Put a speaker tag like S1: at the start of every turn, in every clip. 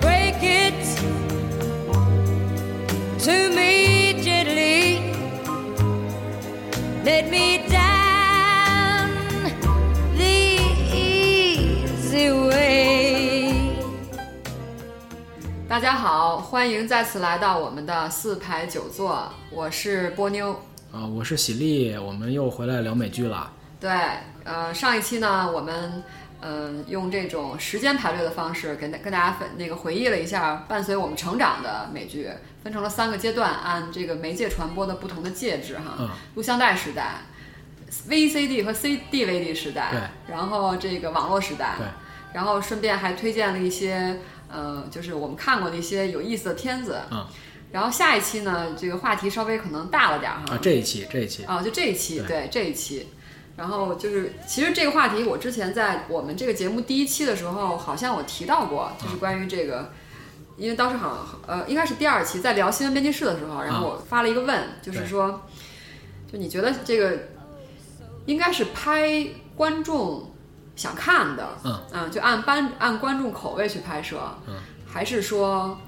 S1: break it to me gently. Let me down the easy way.
S2: 大家好，欢迎再次来到我们的四排九座，我是波妞。
S3: 啊，我是喜力，我们又回来聊美剧了。
S2: 对，呃，上一期呢，我们呃用这种时间排列的方式跟大跟大家分那个回忆了一下伴随我们成长的美剧，分成了三个阶段，按这个媒介传播的不同的介质哈，
S3: 嗯
S2: 录像带时代、VCD 和 CDVD 时代，
S3: 对
S2: 然后这个网络时代，
S3: 对，
S2: 然后顺便还推荐了一些呃，就是我们看过的一些有意思的片子，
S3: 嗯
S2: 然后下一期呢，这个话题稍微可能大了点儿哈，
S3: 啊，这一期，这一期，
S2: 啊，就这一期，
S3: 对
S2: 对这一期。然后就是，其实这个话题我之前在我们这个节目第一期的时候，好像我提到过，
S3: 嗯
S2: 就是关于这个，因为当时好像呃应该是第二期在聊新闻编辑室的时候，然后
S3: 嗯
S2: 我发了一个问，就是说，就你觉得这个应该是拍观众想看的，
S3: 嗯
S2: 就按班按观众口味去拍摄，
S3: 嗯
S2: 还是说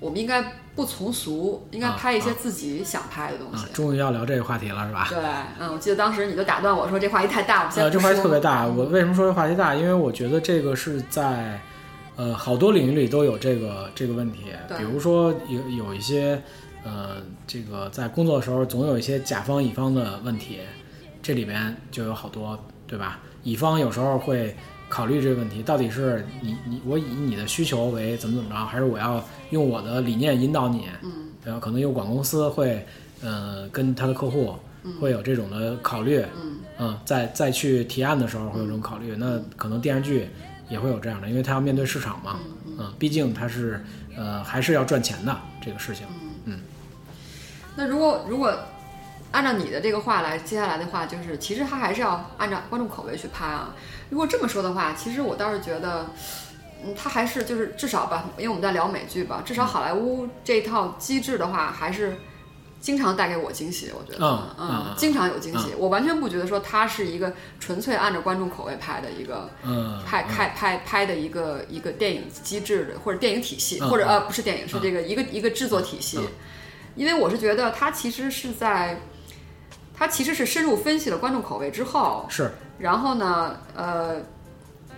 S2: 我们应该不从俗，应该
S3: 啊
S2: 拍一些
S3: 啊
S2: 自己想拍的东西
S3: 啊，？终于要聊这个话题了，是吧？
S2: 对，嗯，我记得当时你就打断我说这话题太大，我们先
S3: 呃，
S2: 不
S3: 这话题
S2: 说嗯
S3: 特别大。我为什么说这话题大？因为我觉得这个是在呃好多领域里都有这个这个问题。
S2: 对
S3: 比如说有有一些呃，这个在工作的时候总有一些甲方乙方的问题，这里边就有好多，对吧？乙方有时候会考虑这个问题，到底是你你我以你的需求为怎么怎么着，还是我要用我的理念引导你？
S2: 嗯，
S3: 然后可能有广告公司会呃跟他的客户会有这种的考虑。
S2: 嗯
S3: 嗯，再再去提案的时候会有这种考虑。那可能电视剧也会有这样的，因为它要面对市场嘛。嗯，毕竟它是呃还是要赚钱的这个事情。
S2: 那如果如果按照你的这个话来，接下来的话就是，其实他还是要按照观众口味去拍啊。如果这么说的话，其实我倒是觉得，嗯，他还是就是至少吧，因为我们在聊美剧吧，至
S3: 嗯
S2: 少好莱坞这一套机制的话，还是经常带给我惊喜。我觉得，
S3: 嗯
S2: 嗯，
S3: 嗯嗯
S2: 经常有惊喜。我完全不觉得说它是一个纯粹按照观众口味拍的一个。
S3: 嗯，
S2: 拍拍拍拍的一个一个电影机制的或者电影体系，
S3: 嗯
S2: 或者
S3: 嗯
S2: 呃不是电影是这个一个一个制作体系
S3: 嗯，
S2: 因为我是觉得它其实是在，它其实是深入分析了观众口味之后，
S3: 是
S2: 然后呢呃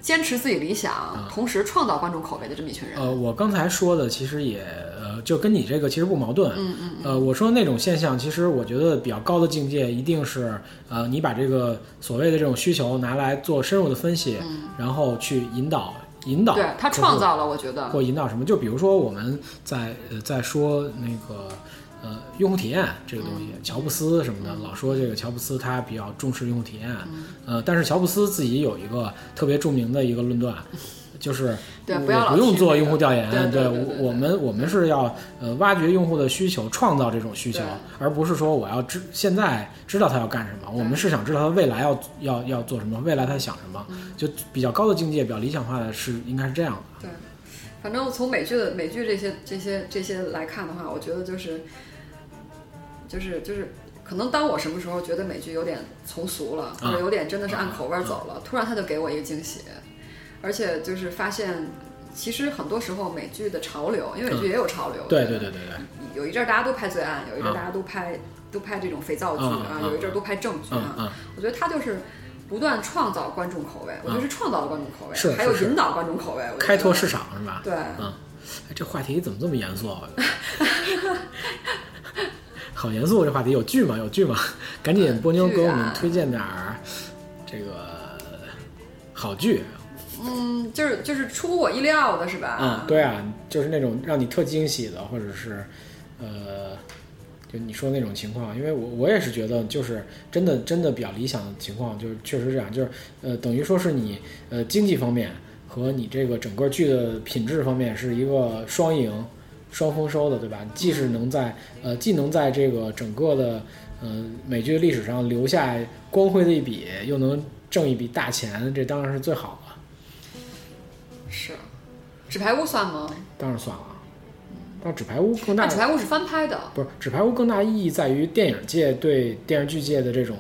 S2: 坚持自己理
S3: 嗯
S2: 想，同时创造观众口味的这么一群人，
S3: 呃，我刚才说的其实也呃就跟你这个其实不矛盾。
S2: 嗯嗯
S3: 呃，我说的那种现象，其实我觉得比较高的境界一定是，呃，你把这个所谓的这种需求拿来做深入的分析，然后去引导引导客户，
S2: 嗯对他创造了，我觉得，
S3: 或引导什么？就比如说我们在呃在说那个呃用户体验这个东西，
S2: 嗯
S3: 乔布斯什么的，老说这个乔布斯他比较重视用户体验，
S2: 嗯
S3: 呃，但是乔布斯自己有一个特别著名的一个论断。就是
S2: 对不要
S3: 我
S2: 老
S3: 不用
S2: 提
S3: 做
S2: 这
S3: 用
S2: 个
S3: 户调研，
S2: 对对对对对
S3: 我我们我们是要呃挖掘用户的需求，创造这种需求
S2: 对，
S3: 而不是说我要知现在知道他要干什么，我们是想知道他未来要要要做什么，未来他想什么，
S2: 嗯
S3: 就比较高的境界，比较理想化的是应该是这样的。
S2: 对，反正从美剧的美剧这些这些这些来看的话，我觉得就是，就是就是，可能当我什么时候觉得美剧有点从俗了，或者
S3: 嗯
S2: 有点真的是按口味儿走了，突然他就给我一个惊喜，而且就是发现，其实很多时候美剧的潮流，因为美剧也有潮流，
S3: 嗯对
S2: 我觉
S3: 对
S2: 得
S3: 对对对，
S2: 有一阵儿大家都拍罪案，有一阵儿
S3: 嗯
S2: 大家都拍、都拍这种肥皂剧
S3: 嗯
S2: 啊，
S3: 嗯
S2: 有一阵儿都拍正剧
S3: 嗯
S2: 啊，
S3: 嗯，
S2: 我觉得他就是。不断创造观众口味，我觉得是创造了观众口味，
S3: 是
S2: 还有
S3: 是是
S2: 引导观众口味，我觉得
S3: 开拓市场是吧？
S2: 对，
S3: 嗯，哎这话题怎么这么严 肃啊？好严肃，这话题有剧吗？有剧吗？赶紧波妞
S2: 啊
S3: 给我们推荐点儿这个好剧
S2: 嗯，就是就是出乎我意料的是吧？
S3: 啊！对啊，就是那种让你特惊喜的，或者是呃，就你说那种情况，因为我我也是觉得，就是真的真的比较理想的情况，就是确实这样，就是呃，等于说是你呃经济方面和你这个整个剧的品质方面是一个双赢、双丰收的，对吧？既是能在呃既能在这个整个的呃美剧历史上留下光辉的一笔，又能挣一笔大钱，这当然是最好了。
S2: 是。纸牌屋算吗？哎
S3: 当然算了。啊但纸牌屋更大
S2: 但纸，牌屋是翻拍的，
S3: 不是纸牌屋更大意义在于电影界对电视剧界的这种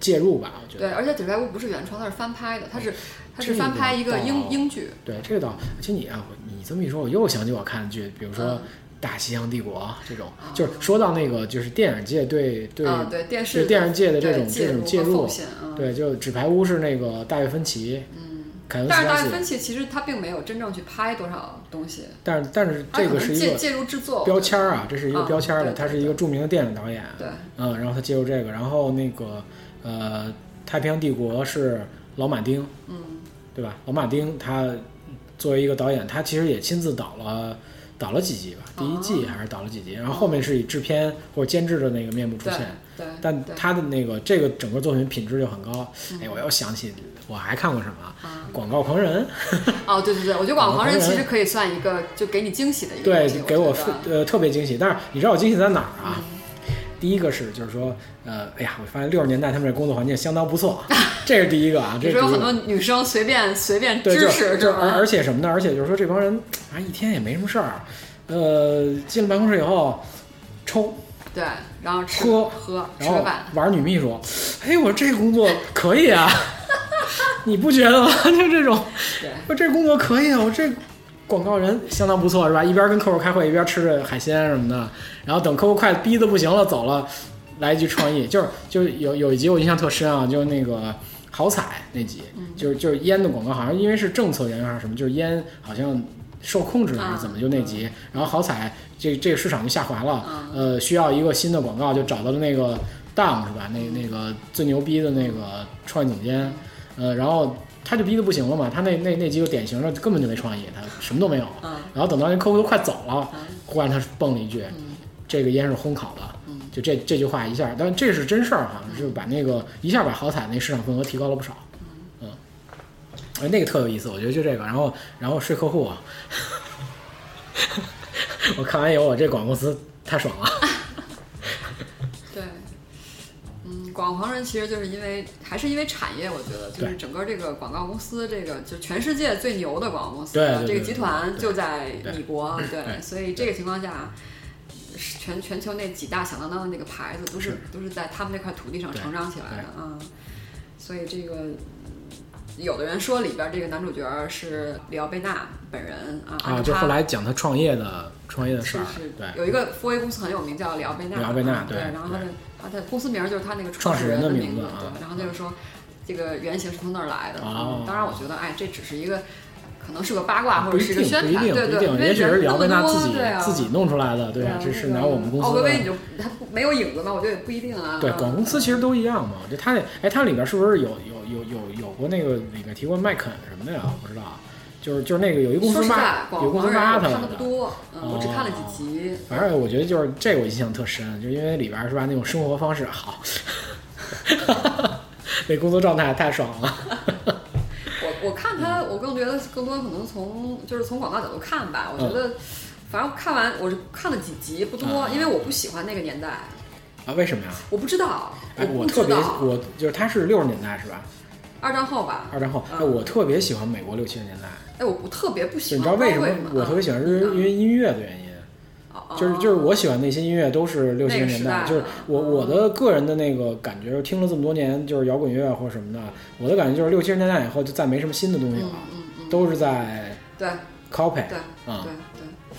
S3: 介入吧？我觉得
S2: 对，而且纸牌屋不是原创，它是翻拍的，它是它
S3: 哦这
S2: 是
S3: 个
S2: 翻拍一个
S3: 倒
S2: 英英剧，
S3: 对这个倒，其实你啊，我你这么一说，我又想起我看的剧，比如说《
S2: 嗯
S3: 大西洋帝国》这种，就是说到那个就是电影界对对
S2: 啊，对电视
S3: 对电视界的
S2: 的
S3: 这种这种介入
S2: 奉，献啊，
S3: 对，就纸牌屋是那个大卫芬奇，嗯，凯文斯
S2: 但是
S3: 嘉
S2: 大卫
S3: 西，
S2: 芬奇其实他并没有真正去拍多少东西，
S3: 但是但是
S2: 他
S3: 这
S2: 可
S3: 个
S2: 能
S3: 是一
S2: 介
S3: 个
S2: 介入制作
S3: 标签儿啊，这是一个
S2: 啊
S3: 标签儿的，
S2: 对
S3: 他是一个著名的电影导演，
S2: 对，
S3: 嗯，然后他接受这个，然后那个呃，太平洋帝国是老马丁，嗯，对吧？老马丁他作为一个导演，他其实也亲自导了导了几集吧，第一
S2: 哦
S3: 季还是导了几集，然后后面是以制片或者监制的那个面目出
S2: 对
S3: 现。
S2: 对，
S3: 但
S2: 对嗯
S3: 他的那个这个整个作品品质就很高，哎，我又想起我还看过什么
S2: 啊
S3: 《广告狂人
S2: 哦，对对对，我觉得《广告狂人》
S3: 广告狂人
S2: 其实可以算一个就给你惊喜的一》，个
S3: 对
S2: 东西，，
S3: 给我
S2: 觉
S3: 非
S2: 得
S3: 呃特别惊喜。但是你知道我惊喜在哪儿啊？第一个是就是说，呃，哎呀，我发现六十年代他们这工作环境相当不错， 这是第一个啊，这
S2: 就是是
S3: 第
S2: 有
S3: 一
S2: 很
S3: 个
S2: 多女生随便随便
S3: 对，就
S2: 支
S3: 是
S2: 持，
S3: 就是而
S2: 吧？
S3: 而且什么呢？而且就是说这帮人啊，一天也没什么事儿，啊呃，进了办公室以后抽，
S2: 对，然后吃
S3: 喝
S2: 喝吃
S3: 然后
S2: 饭，
S3: 玩女秘书，哎，我这工作可 以啊，你不觉得吗？就这种，
S2: 对
S3: 我这工作可以啊，我这广告人相当不错，是吧？一边跟客户开会，一边吃着海鲜什么的，然后等客户快逼得不行了走了，来一句创意，就是就是有有一集我印象特深啊，就是那个。好彩那集，就是就是烟的广告，好像因为是政策原因还是什么，就是烟好像受控制了还是怎么，
S2: 啊
S3: 就那集。然后好彩这这个市场就下滑了，
S2: 嗯
S3: 呃，需要一个新的广告，就找到了那个 Down 是吧？那那个最牛逼的那个创意总监，呃，然后他就逼得不行了嘛，他那那那几个典型的根本就没创意，他什么都没有。
S2: 嗯
S3: 然后等到那客户都快走了
S2: 嗯，
S3: 忽然他蹦了一句：“这个烟是烘烤的。”
S2: 嗯
S3: 就这这句话一下，但这是真事儿哈，就是把那个一下把好彩那市场份额提高了不少。嗯，哎，那个特有意思，我觉得就这个，然后然后睡客户啊， 我看完以后，我这广告公司太爽了。
S2: 对，嗯，广告狂人其实就是因为还是因为产业，我觉得就是
S3: 对
S2: 整个这个广告公司，这个就全世界最牛的广告公司，
S3: 对对对
S2: 这个
S3: 对
S2: 集
S3: 对
S2: 团
S3: 对
S2: 就在
S3: 对
S2: 米国，啊对，
S3: 对
S2: 所以这个情况下。是全全球那几大响当当的那个牌子，都是都是在他们那块土地上
S3: 对
S2: 成长起来的，嗯，所以这个嗯有的人说里边这个男主角是里奥贝纳本人啊，按
S3: 啊，
S2: 照
S3: 就
S2: 他
S3: 后来讲他创业的创业的事
S2: 是
S3: 儿，
S2: 是，
S3: 对，
S2: 有一个 4A 公司很有名叫里奥贝纳，
S3: 里奥贝纳
S2: 对，
S3: 对
S2: 然后他的他的公司名儿就是他那个
S3: 创始
S2: 始
S3: 人的
S2: 的
S3: 名
S2: 字，
S3: 字啊
S2: 对，然后就是说这个原型是从那儿来的。
S3: 哦
S2: 嗯当然，我觉得哎，这只是一个可能是个八卦或
S3: 不
S2: 者啊是
S3: 一定
S2: 个宣
S3: 不一
S2: 传，
S3: 定
S2: 对
S3: 不一
S2: 对，因
S3: 定，
S2: 为
S3: 也许是
S2: 人
S3: 里奥
S2: 那
S3: 贝
S2: 么
S3: 纳
S2: 多，
S3: 自己
S2: 对啊
S3: 自己弄出来的，对
S2: 对
S3: 啊
S2: 啊，，
S3: 这是拿我们公
S2: 奥
S3: 司
S2: 格
S3: 的
S2: 威，你。就他不没有影子嘛？我觉得也不一定啊。
S3: 对，
S2: 嗯
S3: 广告公司其实都一样嘛。就它那，哎，它里边是不是有有有有有过那个里面提过麦肯什么的呀？我不知道，就是就是那个有一公
S2: 说
S3: 司
S2: 实在
S3: 骂，，
S2: 广
S3: 有公
S2: 告
S3: 司
S2: 人
S3: 骂
S2: 我
S3: 他来
S2: 看的不
S3: 的。哦
S2: 多，嗯，我只看了几集。
S3: 反正我觉得就是这个我印象特深，就因为里边是吧那种生活方式好， 那工作状态太爽了。
S2: 我我看
S3: 嗯
S2: 他，我更觉得更多可能从就是从广告角度看吧。我觉得，
S3: 嗯
S2: 反正看完我是看了几集，不多，因为我不喜欢那个年代，
S3: 啊，为什么呀？
S2: 我不知道，
S3: 哎，我
S2: 不
S3: 特
S2: 知
S3: 别，
S2: 道。
S3: 我就是他是六十年代是吧？
S2: 二战后吧，
S3: 二战后，哎，
S2: 嗯
S3: 我特别喜欢美国六七十年代，
S2: 哎，我我特别不
S3: 就
S2: 喜
S3: 你
S2: 欢
S3: 知道
S2: 高
S3: 为什
S2: 贵
S3: 么
S2: 嘛。
S3: 我特别
S2: 嗯
S3: 喜欢，是因为音乐的原因。
S2: 啊
S3: 就是就是我喜欢那些音乐都是六七
S2: 那
S3: 十
S2: 个
S3: 年
S2: 时
S3: 代，
S2: 代的
S3: 就是我
S2: 嗯
S3: 我的个人的那个感觉，听了这么多年就是摇滚乐啊或什么的，我的感觉就是六七十年代以后就再没什么新的东
S2: 嗯
S3: 西了，都是在
S2: 对
S3: copy
S2: 对对
S3: 啊
S2: 对对，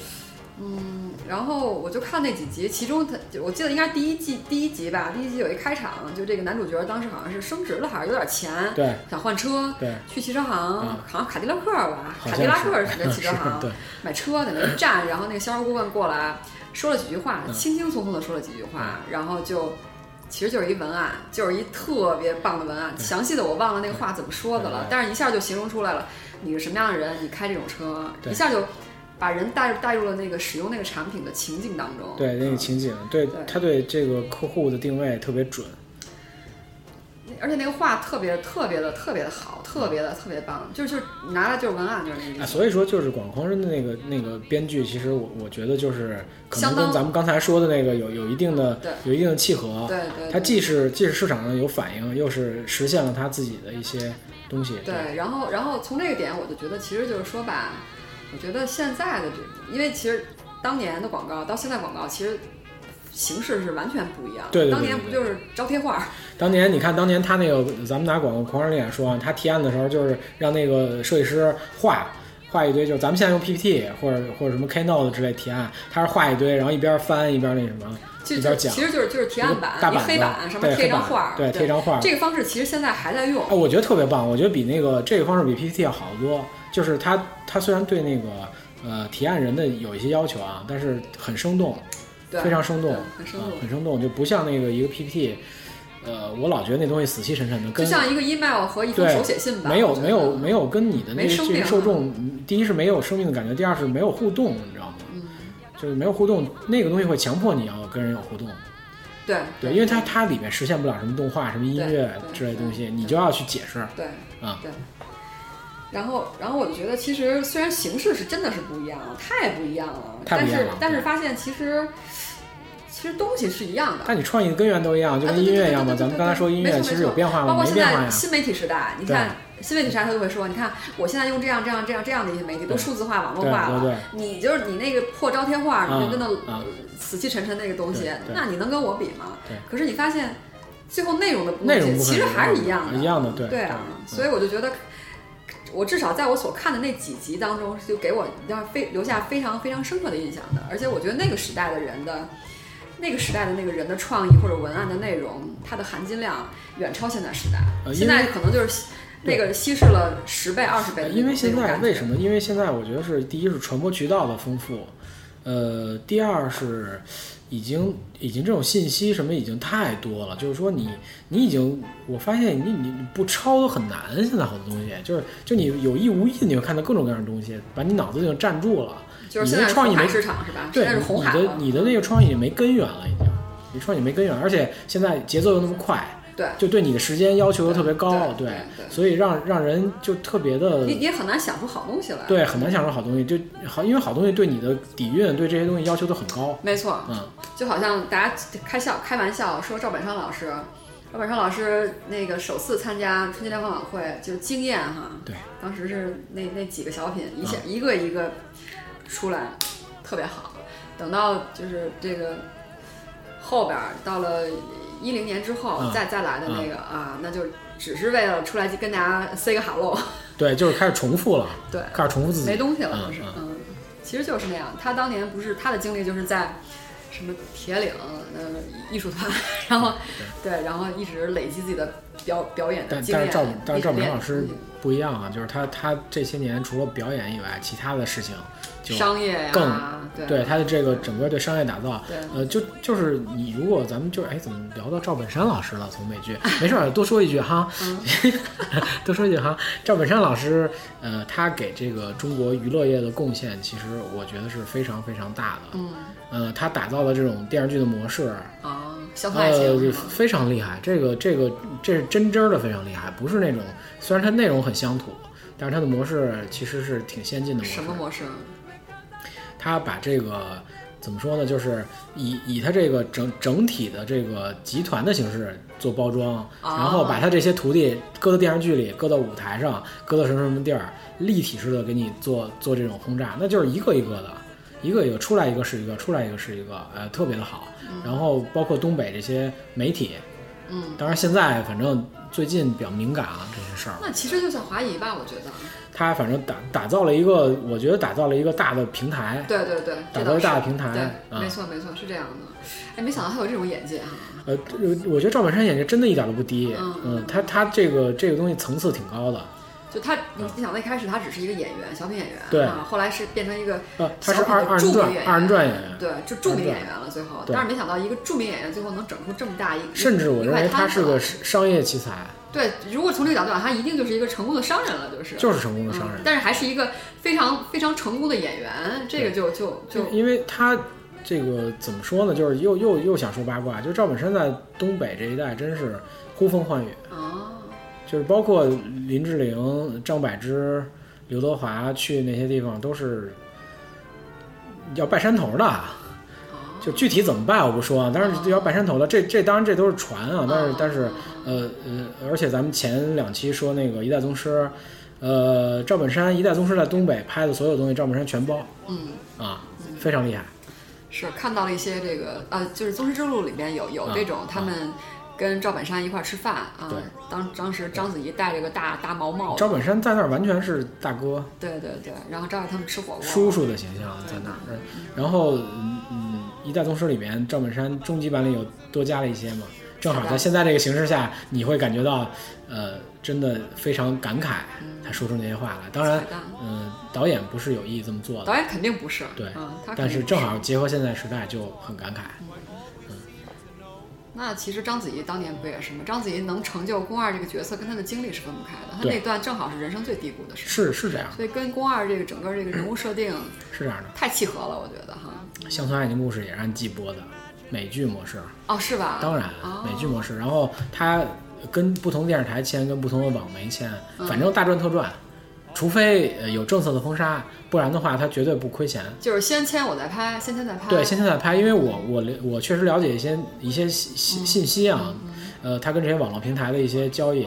S2: 嗯，然后我就看那几集，其中他我记得应该第一季第一集吧，第一集有一开场，就这个男主角当时好像是升职了，还是有点钱，
S3: 对
S2: 想换车，
S3: 对
S2: 去汽车行，
S3: 嗯
S2: 好像卡迪拉克吧，
S3: 好
S2: 卡
S3: 像
S2: 迪拉
S3: 是
S2: 克是那汽车
S3: 是
S2: 行，
S3: 对
S2: 买车在那一站，然后那个销售顾问过来说了几句
S3: 嗯
S2: 话，轻轻松松的说了几句话，然后就其实就是一文案，就是一特别棒的文
S3: 嗯
S2: 案，详细的我忘了那个话怎么说的了
S3: 对，
S2: 但是一下就形容出来了，你是什么样的人，你开这种车，
S3: 对
S2: 一下就把人带入带入了那个使用那个产品的情境当中，嗯
S3: 对那个情景，对
S2: 对
S3: 他对这个客户的定位特别准，
S2: 而且那个话特别特别的特别的好，特别的特别棒，就是就是你拿来就是文案就是那个
S3: 啊，
S2: 意思，
S3: 所以说就是《广告狂人》的那个那个编剧，其实我我觉得就是可能
S2: 相
S3: 跟
S2: 当
S3: 咱们刚才说的那个有有一定的
S2: 对
S3: 有一定的契合，
S2: 对对，
S3: 它
S2: 对
S3: 既是既是市场上有反应，又是实现了他自己的一些东西。
S2: 对，然后然后从这个点我就觉得，其实就是说吧，我觉得现在的这，因为其实当年的广告到现在广告其实形式是完全不一样的。
S3: 对对对
S2: 当年
S3: 对
S2: 不就
S3: 对
S2: 是招贴画儿？
S3: 当年你看，当年他那个咱们拿广告狂人脸说啊，他提案的时候就是让那个设计师画画一堆，就是咱们现在用 PPT 或者或者什么 Keynote 之类提案，他是画一堆，然后一边翻一边那什么，
S2: 就
S3: 一
S2: 就
S3: 边讲
S2: 其实就是就是提案板
S3: 一个，大
S2: 一
S3: 板子
S2: 黑板上面
S3: 对
S2: 贴一张
S3: 黑板
S2: 画儿，
S3: 对贴一张画儿
S2: 这个方式其实现在还在用
S3: 哎，。我觉得特别棒，我觉得比那个这个方式比 PPT 要好得多。就是他他虽然对那个呃提案人的有一些要求啊，但是很生动，
S2: 对，
S3: 非常生动
S2: 对，很生
S3: 啊
S2: 动。
S3: 很生动，就不像那个一个 PPT，呃，我老觉得那东西死气沉沉的，
S2: 就
S3: 跟
S2: 像一个 email 和一封
S3: 对
S2: 手写信吧，
S3: 没有
S2: 我觉得嗯
S3: 没有没有跟你的那
S2: 没
S3: 个
S2: 生
S3: 这
S2: 命
S3: 个
S2: 啊
S3: 受众，嗯第一是没有生命的感觉，第二是没有互动，你知道吗？就是没有互动，那个东西会强迫你要跟人有互动，
S2: 对
S3: 对，因为它它里面实现不了什么动画、什么音
S2: 对
S3: 乐
S2: 对
S3: 之类的东
S2: 对
S3: 西，你就要去解释
S2: 对
S3: 啊。
S2: 对。然后，然后我就觉得，其实虽然形式是真的是不一样了，太不一样了，
S3: 太不一样了
S2: 但是但是
S3: 对
S2: 发现其实其实东西是一样的，
S3: 但你创意的根源都一样，就
S2: 啊
S3: 跟
S2: 对
S3: 音
S2: 对
S3: 乐
S2: 对
S3: 一样
S2: 对
S3: 嘛。
S2: 对
S3: 咱
S2: 对
S3: 们刚才
S2: 对
S3: 说音
S2: 没
S3: 乐
S2: 错
S3: 其
S2: 没
S3: 实有
S2: 错
S3: 变化
S2: 包括
S3: 吗？啊没
S2: 现
S3: 变化
S2: 在
S3: 呀。
S2: 新媒体时代，你看新媒体时代，他都会说，你看我现在用这样这样这样这样的一些媒体都
S3: 对
S2: 数字化、网络化
S3: 对对
S2: 了，你就是你那个破招贴画，你就
S3: 啊
S2: 跟那
S3: 啊
S2: 死气沉沉那个东西
S3: 对，对
S2: 那你能跟我比吗
S3: 对？
S2: 可是你发现最后内容的
S3: 内容
S2: 西
S3: 部分
S2: 其实
S3: 是一
S2: 还是一
S3: 样的
S2: 样的，
S3: 一样的对嗯
S2: 对啊，
S3: 对
S2: 所以我就觉得。我至少在我所看的那几集当中，就给我让非留下非常非常深刻的印象的。而且我觉得那个时代的人的，那个时代的那个人的创意或者文案的内容，它的含金量远超现在时代。
S3: 呃
S2: 现
S3: 因为
S2: 在可能就是稀那
S3: 对
S2: 个稀释了十倍、二十倍的那种
S3: 哎因为现
S2: 那种
S3: 在
S2: 感觉
S3: 为什么？因为现在我觉得是第一是传播渠道的丰富，呃，第二是已经已经这种信息什么已经太多了，就是说你你已经我发现你你你不抄都很难，现在好多东西就是就你有意无意你会看到各种各样的东西，把你脑子已经占住了，
S2: 就是
S3: 你
S2: 现
S3: 的
S2: 在是
S3: 创意
S2: 红海
S3: 没
S2: 市场是吧？现
S3: 对
S2: 啊在是红海
S3: 你
S2: 了
S3: 的。你的那个创意没根源了已经，你创意没根源，而且现在节奏又那么快，
S2: 对，
S3: 就对你的时间要求又特别高，
S2: 对对对
S3: 所以让让人就特别的
S2: 你你也很难想出好东西来。，
S3: 呃对，很难想出好东西，就好，因为好东西对你的底蕴、对这些东西要求都很高。
S2: 没错。
S3: 嗯，
S2: 就好像大家开笑开玩笑说赵本山老师，赵本山老师那个首次参加春节联欢晚会，就是惊艳哈。
S3: 对，
S2: 当时是那那几个小品一
S3: 嗯
S2: 下、一个一个出来，特别好。等到就是这个后边儿到了一零年之后、
S3: 嗯
S2: 再再来的那个、啊，那就只是为了出来跟大家 say 个 hello，
S3: 对，就是开始重复了，
S2: 对，
S3: 开始重复自己，
S2: 没东西了，
S3: 嗯
S2: 就是
S3: 嗯
S2: 嗯，其实就是那样。他当年不是他的经历就是在什么铁岭呃艺术团，然后对，然后一直累积自己的表表演的
S3: 但
S2: 经
S3: 但
S2: 验
S3: 是赵本，但是赵本
S2: 历
S3: 山
S2: 练嗯
S3: 老师不一样啊，就是他他这些年除了表演以外，其他的事情就
S2: 商业呀、
S3: 更
S2: 对
S3: 对他的这个整个对商业打造
S2: 对，
S3: 呃，就就是你如果咱们就哎怎么聊到赵本山老师了？从美剧没事儿，多说一句哈，
S2: 嗯
S3: 多说一句哈。赵本山老师，呃，他给这个中国娱乐业的贡献，其实我觉得是非常非常大的。
S2: 嗯
S3: 呃，他打造了这种电视剧的模式，
S2: 啊，乡村爱
S3: 呃，
S2: 情
S3: 就是
S2: 吗
S3: 非常厉害。这个这个这是真真儿的非常厉害，不是那种虽然它内容很乡土，但是它的模式其实是挺先进的模式。
S2: 什么模式？啊
S3: 他把这个怎么说呢？就是以以他这个整整体的这个集团的形式做包装，
S2: 哦
S3: 然后把他这些徒弟搁到电视剧里，搁到舞台上，搁到什么什么地儿，立体式的给你做做这种轰炸，那就是一个一个的，一个一个出来一个是一个，出来一个是一个，呃，特别的好。然后包括东北这些媒体，
S2: 嗯，
S3: 当然现在反正最近比较敏感啊这些事儿，
S2: 那其实就像华谊吧，我觉得，
S3: 他反正打打造了一个，我觉得打造了一个大的平台，
S2: 对对对，
S3: 打
S2: 这
S3: 造
S2: 倒
S3: 了
S2: 是
S3: 大的平台，
S2: 对，
S3: 啊
S2: 没错没错，是这样的。哎，没想到他有这种眼界啊哈，
S3: 呃，我觉得赵本山演技真的一点都不低，
S2: 嗯
S3: 嗯，他他这个这个东西层次挺高的，
S2: 就他，你你想到一开始他只是一个演员，小品演员，
S3: 嗯对
S2: 啊，后来是变成一个
S3: 呃，他
S2: 小
S3: 是
S2: 品
S3: 二
S2: 的
S3: 二
S2: 著名
S3: 人转
S2: 演员
S3: 二人转演员，
S2: 对，就著名演员了，最后，
S3: 嗯对
S2: 但是没想到一个著名演员最后能整出这么大一，
S3: 甚至我
S2: 一
S3: 认
S2: 块
S3: 为他
S2: 摊子
S3: 是个
S2: 来
S3: 商业奇才，
S2: 对，如果从这个角度讲，他一定就是一个成功的商人了，就是
S3: 就是成功的商
S2: 嗯
S3: 人，
S2: 但是还是一个非常非常成功的演员，这个就就就
S3: 因为他这个怎么说呢，就是又又又想说八卦，就赵本山在东北这一带真是呼风唤雨，
S2: 啊，
S3: 就是包括林志玲、张柏芝、刘德华去那些地方都是要拜山头的。就具体怎么拜我不说啊，但是要拜山头的，这这当然这都是
S2: 嗯
S3: 传啊，但是但是呃呃，而且咱们前两期说那个一代宗师，呃，赵本山一代宗师在东北拍的所有东西，赵本山全包
S2: 嗯，
S3: 啊，非常厉害。
S2: 是看到了一些这个呃，就是《宗师之路》里边有有
S3: 啊
S2: 这种、他们跟赵本山一块儿吃饭啊
S3: 对，
S2: 当当时章子怡戴着个大大毛帽，
S3: 赵本山在那儿完全是大哥、
S2: 对对对，然后张伟他们吃火锅，
S3: 叔叔的形象在那儿。嗯然后，嗯，嗯一代宗师里面赵本山终极版里有多加了一些嘛，正好
S2: 是的
S3: 在现在这个形势下，你会感觉到，呃，真的非常感慨，他说出那些话来。当然
S2: 嗯彩蛋，
S3: 嗯、导演不是有意这么做的
S2: 导，演肯定不是，
S3: 对
S2: 嗯，他肯定
S3: 但是
S2: 不
S3: 正好结合现在时代就很感慨。
S2: 那其实章子怡当年不也是吗？章子怡能成就宫二这个角色，跟她的经历是分不开的。她
S3: 对
S2: 那段正好是人生最低谷的时候，
S3: 是是这样，
S2: 所以跟宫二这个整个这个人物设定
S3: 是这样的。
S2: 太契合了，我觉得哈。
S3: 乡村爱情故事也是按季播的，美剧模式，
S2: 哦，是吧？
S3: 当然
S2: 哦
S3: 美剧模式。然后它跟不同电视台签，跟不同的网媒签，反正大赚特赚。除非呃有政策的封杀，不然的话它绝对不亏钱。
S2: 就是先签我再拍，先签再拍。
S3: 对，先现在拍，因为我我了我确实了解一些一些信信信息啊，呃，它跟这些网络平台的一些交易，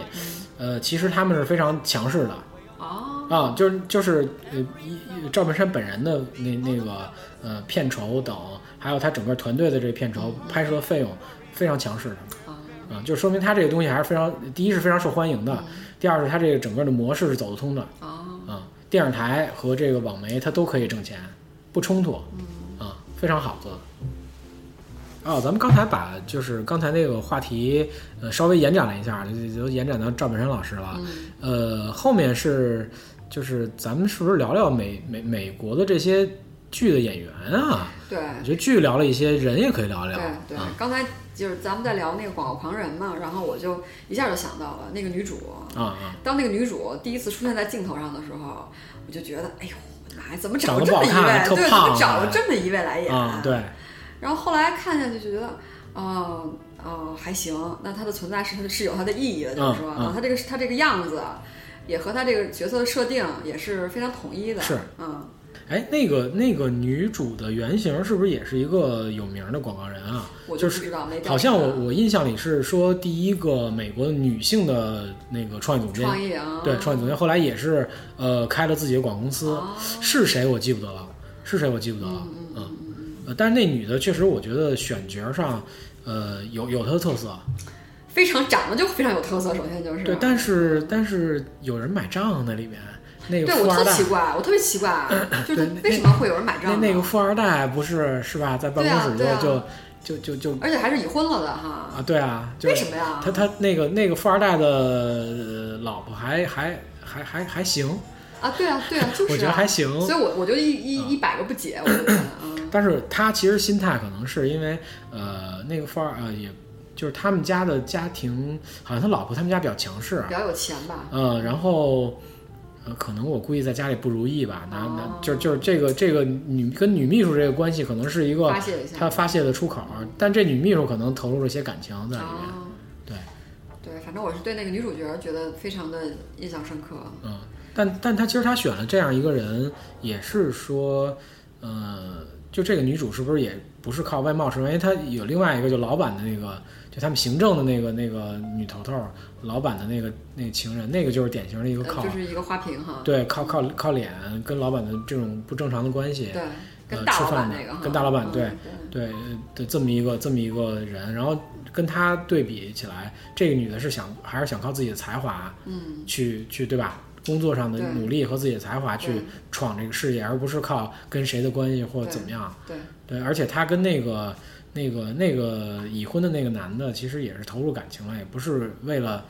S3: 呃，其实他们是非常强势的，
S2: 哦，
S3: 啊，就是就是呃，一一赵本山本人的那那个呃片酬等，还有他整个团队的这片酬、拍摄的费用非常强势的
S2: 啊
S3: 啊，就说明他这个东西还是非常，第一是非常受欢迎
S2: 嗯
S3: 的，第二是他这个整个的模式是走得通的
S2: 哦，
S3: 啊，电视台和这个网媒它都可以挣钱，不冲突
S2: 嗯
S3: 啊，非常好做的。哦，咱们刚才把就是刚才那个话题，呃，稍微延展了一下，就就延展到赵本山老师了。
S2: 嗯，
S3: 呃，后面是就是咱们是不是聊聊美美美国的这些剧的演员啊？
S2: 对
S3: 我觉得剧聊了一些，人也可以聊聊
S2: 对对
S3: 啊。。
S2: 刚才就是咱们在聊那个广告狂人嘛，然后我就一下就想到了那个女主，
S3: 啊啊！
S2: 当那个女主第一次出现在镜头上的时候，我就觉得，哎呦，我的妈呀，怎么
S3: 长
S2: 找
S3: 得
S2: 这么
S3: 不
S2: 一
S3: 好看
S2: 位？
S3: 特
S2: 对，怎
S3: 胖
S2: 么找
S3: 哎
S2: 了这么一位来演？
S3: 啊，对，
S2: 然后后来看下去就觉得，啊、啊、还行，那它的存在是它的是有它的意义的，就是说，
S3: 嗯嗯
S2: 啊，它这个它这个样子，也和它这个角色的设定也是非常统一的，
S3: 是，
S2: 嗯，
S3: 哎，那个那个女主的原型是不是也是一个有名的广告人啊？
S2: 我
S3: 就
S2: 不知道，没
S3: 好像我我印象里是说第一个美国女性的那个创意总监，
S2: 创意啊，
S3: 对，创意总监后来也是呃开了自己的广告公司，
S2: 哦
S3: 是谁我记不得了，是谁我记不得了，嗯呃，但是那女的确实，我觉得选角上，呃，有有她的特色，
S2: 非常长得就非常有特色，首先就是啊
S3: 对，但是但是有人买账那里面，那个
S2: 对
S3: 富
S2: 我
S3: 二
S2: 特
S3: 代
S2: 奇，怪，我特别奇怪，就是
S3: 对那
S2: 为什么会有人买
S3: 那
S2: 账呢？啊
S3: 那个富二代不是是吧，在办公室就、
S2: 对啊对
S3: 就就就就
S2: 而且还是已婚了的哈，
S3: 啊，对啊，就
S2: 为什么呀？
S3: 他他那个那个富二代的呃老婆还还还还还行，
S2: 啊，对啊，对啊，就是、啊、
S3: 我觉得还行，
S2: 所以我我就一一一百个不解，我就觉得，嗯，
S3: 但是他其实心态可能是因为呃那个富二呃也就是他们家的家庭，好像他老婆他们家比较强势
S2: 比，较有钱吧，
S3: 呃，然后呃可能我估计在家里不如意吧，拿拿
S2: 哦
S3: 就就是这个这个女跟女秘书这个关系可能是一个
S2: 发泄一下
S3: 他发泄的出口，但这女秘书可能投入了一些感情在里面，
S2: 哦
S3: 对，
S2: 对，反正我是对那个女主角觉得非常的印象深刻。
S3: 嗯，但但他其实他选了这样一个人，也是说，呃，就这个女主是不是也不是靠外貌吃饭？因为她有另外一个，就老板的那个，就他们行政的那个那个女头头，老板的那个那个情人，那个就是典型的一个
S2: 呃
S3: 靠、
S2: 就是一个花瓶哈，
S3: 对靠靠靠脸跟老板的这种不正常的关系，
S2: 对，跟
S3: 呃
S2: 大
S3: 吃
S2: 老板
S3: 饭的
S2: 那个哈，
S3: 跟大老板
S2: 嗯
S3: 对
S2: 对，
S3: 对呃对这么一个这么一个人，然后跟他对比起来，这个女的是想还是想靠自己的才华，
S2: 嗯，
S3: 去去对吧？工作上的
S2: 对
S3: 努力和自己的才华去
S2: 对
S3: 闯这个事业，而不是靠跟谁的关系或怎么样。
S2: 嗯对，
S3: 对，而且他跟那个那个那个已婚的那个男的，其实也是投入感情了，也不是为了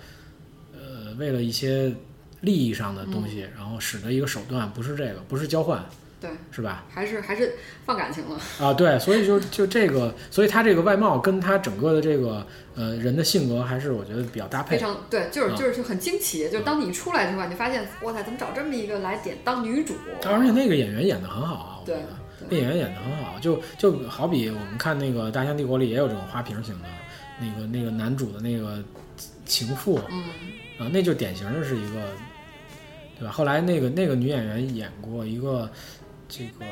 S3: 呃为了一些利益上的东
S2: 嗯
S3: 西，然后使得一个手段，不是这个，不是交换，
S2: 对，
S3: 是吧？
S2: 还是还是放感情了，
S3: 啊，对，所以就就这个，所以他这个外貌跟他整个的这个呃人的性格，还是我觉得比较搭
S2: 非
S3: 配。啊
S2: 常对，就是就是就很惊奇，就是当你一出来之后，你就发现，哇塞，怎么找这么一个来点当女主？
S3: 而且那个演员演的很好啊，我觉
S2: 对
S3: 得。那
S2: 对
S3: 演员演得很好，就就好比我们看那个《大象帝国》里也有这种花瓶型的，那个那个男主的那个情妇啊、
S2: 嗯，
S3: 那就典型的是一个，对吧？后来那个那个女演员演过一个这个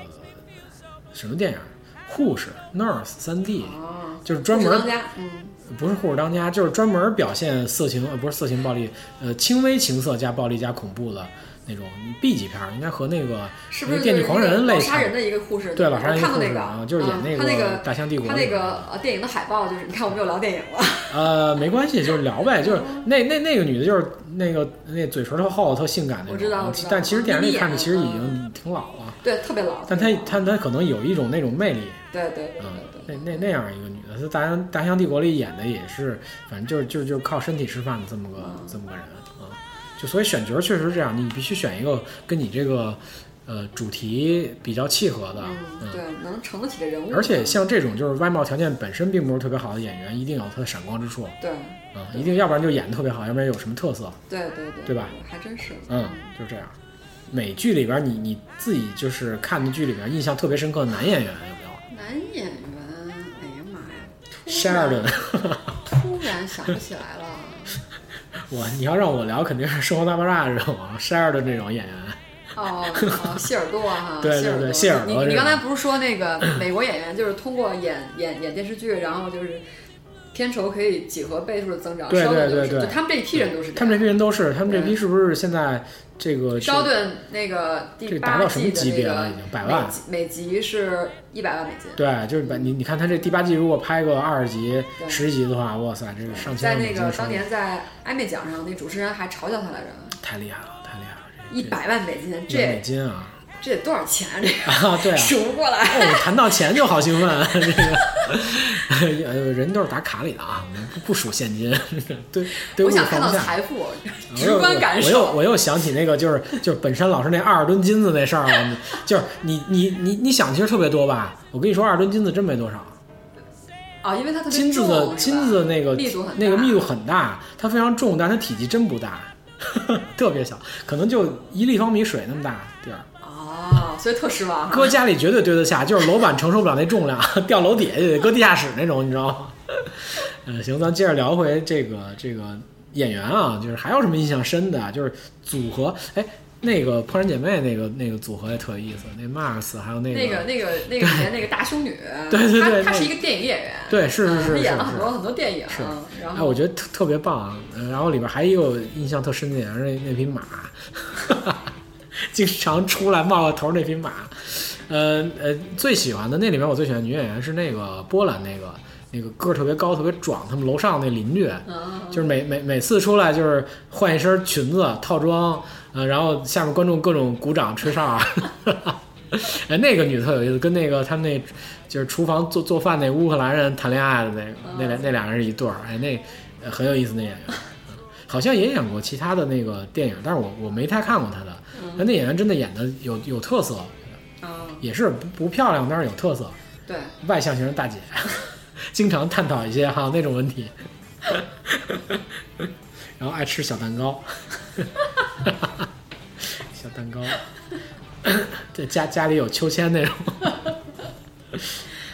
S3: 什么电影？护士、nurse、三 D，
S2: 哦，
S3: 就是专门
S2: 不是当家，嗯，
S3: 不是护士当家，就是专门表现色情，呃，不是色情暴力，呃，轻微情色加暴力加恐怖的那种 B 级片儿，应该和那个
S2: 是不是
S3: 那电锯狂人
S2: 就是那个
S3: 类
S2: 老
S3: 似
S2: 杀人的一个护士？
S3: 对老杀人
S2: 我
S3: 一个
S2: 看过
S3: 护
S2: 那
S3: 士
S2: 个
S3: 啊，就是演
S2: 嗯
S3: 那
S2: 他那
S3: 个《大象帝国》
S2: 他那个呃电影的海报就是，你看我没有聊电影了，
S3: 呃，没关系，就是聊呗，就是那那那个女的，就是那个那嘴唇特厚、特性感那种，
S2: 我知道我知道啊
S3: 但其实电影里看着
S2: 眯眼
S3: 其实已
S2: 嗯
S3: 经挺老了，
S2: 对，特别老。
S3: 但她她她可能有一种那种魅力，
S2: 对对对
S3: 嗯
S2: 对，
S3: 那那那样一个女的，她《大象大象帝国》里演的也是，反正就是就是就是靠身体吃饭的这么个、
S2: 嗯
S3: 这么个人啊、就所以选角确实是这样，你必须选一个跟你这个呃主题比较契合的，
S2: 嗯，对，能承得起这人物，
S3: 啊而且像这种就是外貌条件本身并不是特别好的演员，一定有他的闪光之处。
S2: 对
S3: 啊，一定，要不然就演的特别好，要不然有什么特色，
S2: 对对对，
S3: 对吧？
S2: 还真是，
S3: 嗯，就是这样。美剧里边儿你，你自己就是看的剧里边儿印象特别深刻的男演员有没有
S2: 男演员，哎呀妈呀，突然
S3: ？Sheridan，
S2: 突然想不起来了，
S3: 我你要让我聊，肯定是《生活大爆炸》这种啊，Sheridan 这种演员。
S2: 哦，哦谢耳朵哈，
S3: 对对对谢
S2: 谢
S3: 耳
S2: 耳
S3: 朵
S2: 朵，
S3: 这
S2: 你你
S3: 个
S2: 刚才不是说那个美国演员就是通过演演演电视剧，然后就是片酬可以几何倍数的增长，
S3: 对
S2: 稍
S3: 对
S2: 顿就
S3: 对
S2: 是，
S3: 对
S2: 就他们这一批人都是这
S3: 他们这
S2: 样。
S3: 批人都是，他们这批
S2: 对
S3: 是不是现在这个
S2: 稍顿那个
S3: 这
S2: 第
S3: 达
S2: 八
S3: 到什么
S2: 季
S3: 级
S2: 的那
S3: 别了？已
S2: 个
S3: 经百万
S2: 每。集每集是一百万美金，
S3: 对，就是把你你看他这第八季，如果拍个二十集、
S2: 对
S3: 十集的话，哇塞，这个上
S2: 在
S3: 千万美
S2: 那
S3: 金
S2: 个
S3: 的收
S2: 当
S3: 入，
S2: 年在艾美奖上，那主持人还嘲笑他来着，
S3: 太厉害了，太厉害了，这
S2: 一百万美金，
S3: 这美
S2: 这
S3: 金啊
S2: 这得多少钱啊？这
S3: 啊，对
S2: 个
S3: 啊，
S2: 数不过来。
S3: 哦，谈到钱就好兴奋，这个呃人都是打卡里的啊，我们不不数现金，对对
S2: 我
S3: 物
S2: 想
S3: 放
S2: 看
S3: 不
S2: 到
S3: 下。
S2: 财富，
S3: 我又
S2: 直观感
S3: 我又
S2: 受。
S3: 我又想起那个就是就是本山老师那二十吨金子那事儿了，就是你你你你想其实特别多吧？我跟你说，二十吨金子真没多少，
S2: 啊，因为它特别
S3: 金子的
S2: 重，
S3: 金子的那个
S2: 密度很大
S3: 那个密度很大，它非常重，但它体积真不大， 特别小，可能就一立方米水那么大地儿。
S2: 啊，所以特失望哈。
S3: 搁家里绝对堆得下， 就是楼板承受不了那重量， 掉楼底下就得搁地下室那种，你知道吗？ 嗯，行，咱接着聊回这个这个演员啊，就是还有什么印象深的啊，就是组合，哎，那个破产姐妹那个那个组合也特有意思，那 Max 还有那个，
S2: 那个那个那个以前那个大胸女，
S3: 对对对
S2: 她她是
S3: 那
S2: 一个电影演员，
S3: 对，是是
S2: 嗯
S3: 是
S2: 她
S3: 是是
S2: 演了很多很多电影，嗯然
S3: 哎，
S2: 后
S3: 我觉得特特别棒啊。呃然后里边还有印象特深的，也是那那匹马， 经常出来冒个头儿那匹马。呃呃，最喜欢的那里面我最喜欢的女演员是那个波兰那个那个个儿特别高、特别壮，他们楼上那邻居，
S2: 嗯，
S3: 就是每每每次出来就是换一身裙子套装，呃，然后下面观众各种鼓掌吹哨儿。 哎，那个女的特有意思，跟那个他们那就是厨房做做饭那乌克兰人谈恋爱的那个，那俩那俩人是一对儿。哎，那、呃很有意思那演员，嗯好像也演过其他的那个电影，但是我我没太看过他的。但那演员真的演的有有特色，
S2: 嗯，
S3: 也是不不漂亮，但是有特色，
S2: 对，
S3: 外向型的大姐， 经常探讨一些哈那种问题，然后爱吃小蛋糕， 小蛋糕，对家家里有秋千那种。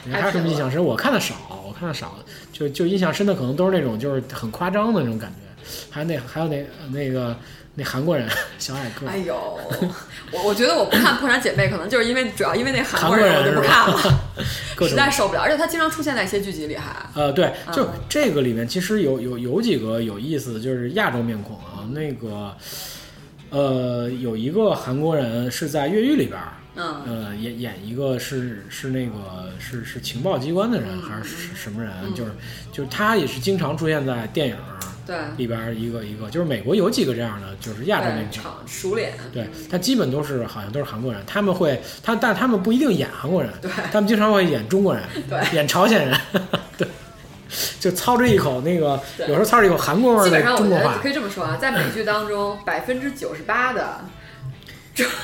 S3: 你还有什么印象深？我看的少，我看的少，就就印象深的可能都是那种就是很夸张的那种感觉，还有那还有那那个那韩国人小矮个儿，
S2: 哎呦，我我觉得我不看《破产姐妹》，可能就是因为主要因为那韩国
S3: 韩
S2: 人
S3: 国
S2: 我就
S3: 人
S2: 是不
S3: 吧
S2: 看 了，
S3: 各
S2: 实
S3: 种
S2: 在受不了，而且她经常出现在一些剧集里还。
S3: 呃，对，就
S2: 嗯
S3: 这个里面其实有有有几个有意思的，就是亚洲面孔啊，那个呃，有一个韩国人是在越狱里边儿，
S2: 嗯，
S3: 呃，演演一个是是那个是是情报机关的
S2: 嗯
S3: 人还是是什么人，就是就是他也是经常出现在电影儿
S2: 对，
S3: 里边儿一个一个，就是美国有几个这样的，就是嗯亚洲面
S2: 对，
S3: 孔。
S2: 场熟脸，
S3: 对，但基本都是好像都是韩国人，他们会，他但他们不一定演韩国人，他们经常会演中国人，
S2: 对
S3: 演朝鲜人， 对，就操着一口那个，
S2: 对
S3: 有时候操着一口韩国味
S2: 基
S3: 儿
S2: 本
S3: 的
S2: 上我
S3: 中
S2: 觉
S3: 国
S2: 得
S3: 话
S2: 可以这么说啊，在美剧当中，百分之九十八的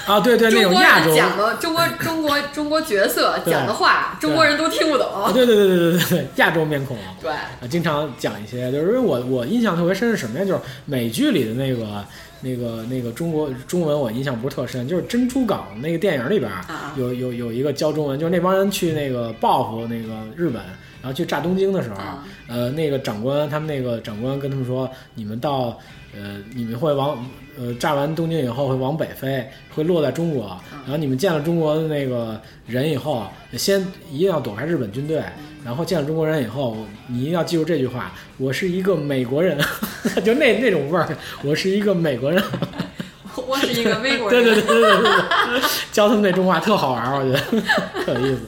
S3: 啊，对对，那
S2: 中
S3: 种
S2: 国
S3: 亚
S2: 人
S3: 洲，
S2: 讲的中国中国中国角色
S3: 对
S2: 讲的话，中国人都听不
S3: 啊，
S2: 懂。
S3: 对对对对对对对，亚洲面孔。
S2: 对，
S3: 啊，经常讲一些，就是因为我我印象特别深是什么呀？就是美剧里的那个那个那个中国中文我印象不是特深，就是《珍珠港》那个电影里边儿
S2: 啊
S3: 有有有一个教中文，就是那帮人去那个报复那个日本，然后去炸东京的时候，
S2: 啊
S3: 呃，那个长官他们那个长官跟他们说，你们到呃，你们会往呃炸完东京以后会往北飞，会落在中
S2: 啊
S3: 国，然后你们见了中国的那个人以后，先一定要躲开日本军队，
S2: 嗯
S3: 然后见了中国人以后，你一定要记住这句话：我是一个美国人， 就那那种味儿，我是一个美国人。
S2: 我是一个美国
S3: 对
S2: 人，
S3: 对对对对对，教他们那中话特好玩儿，我觉得特有意思。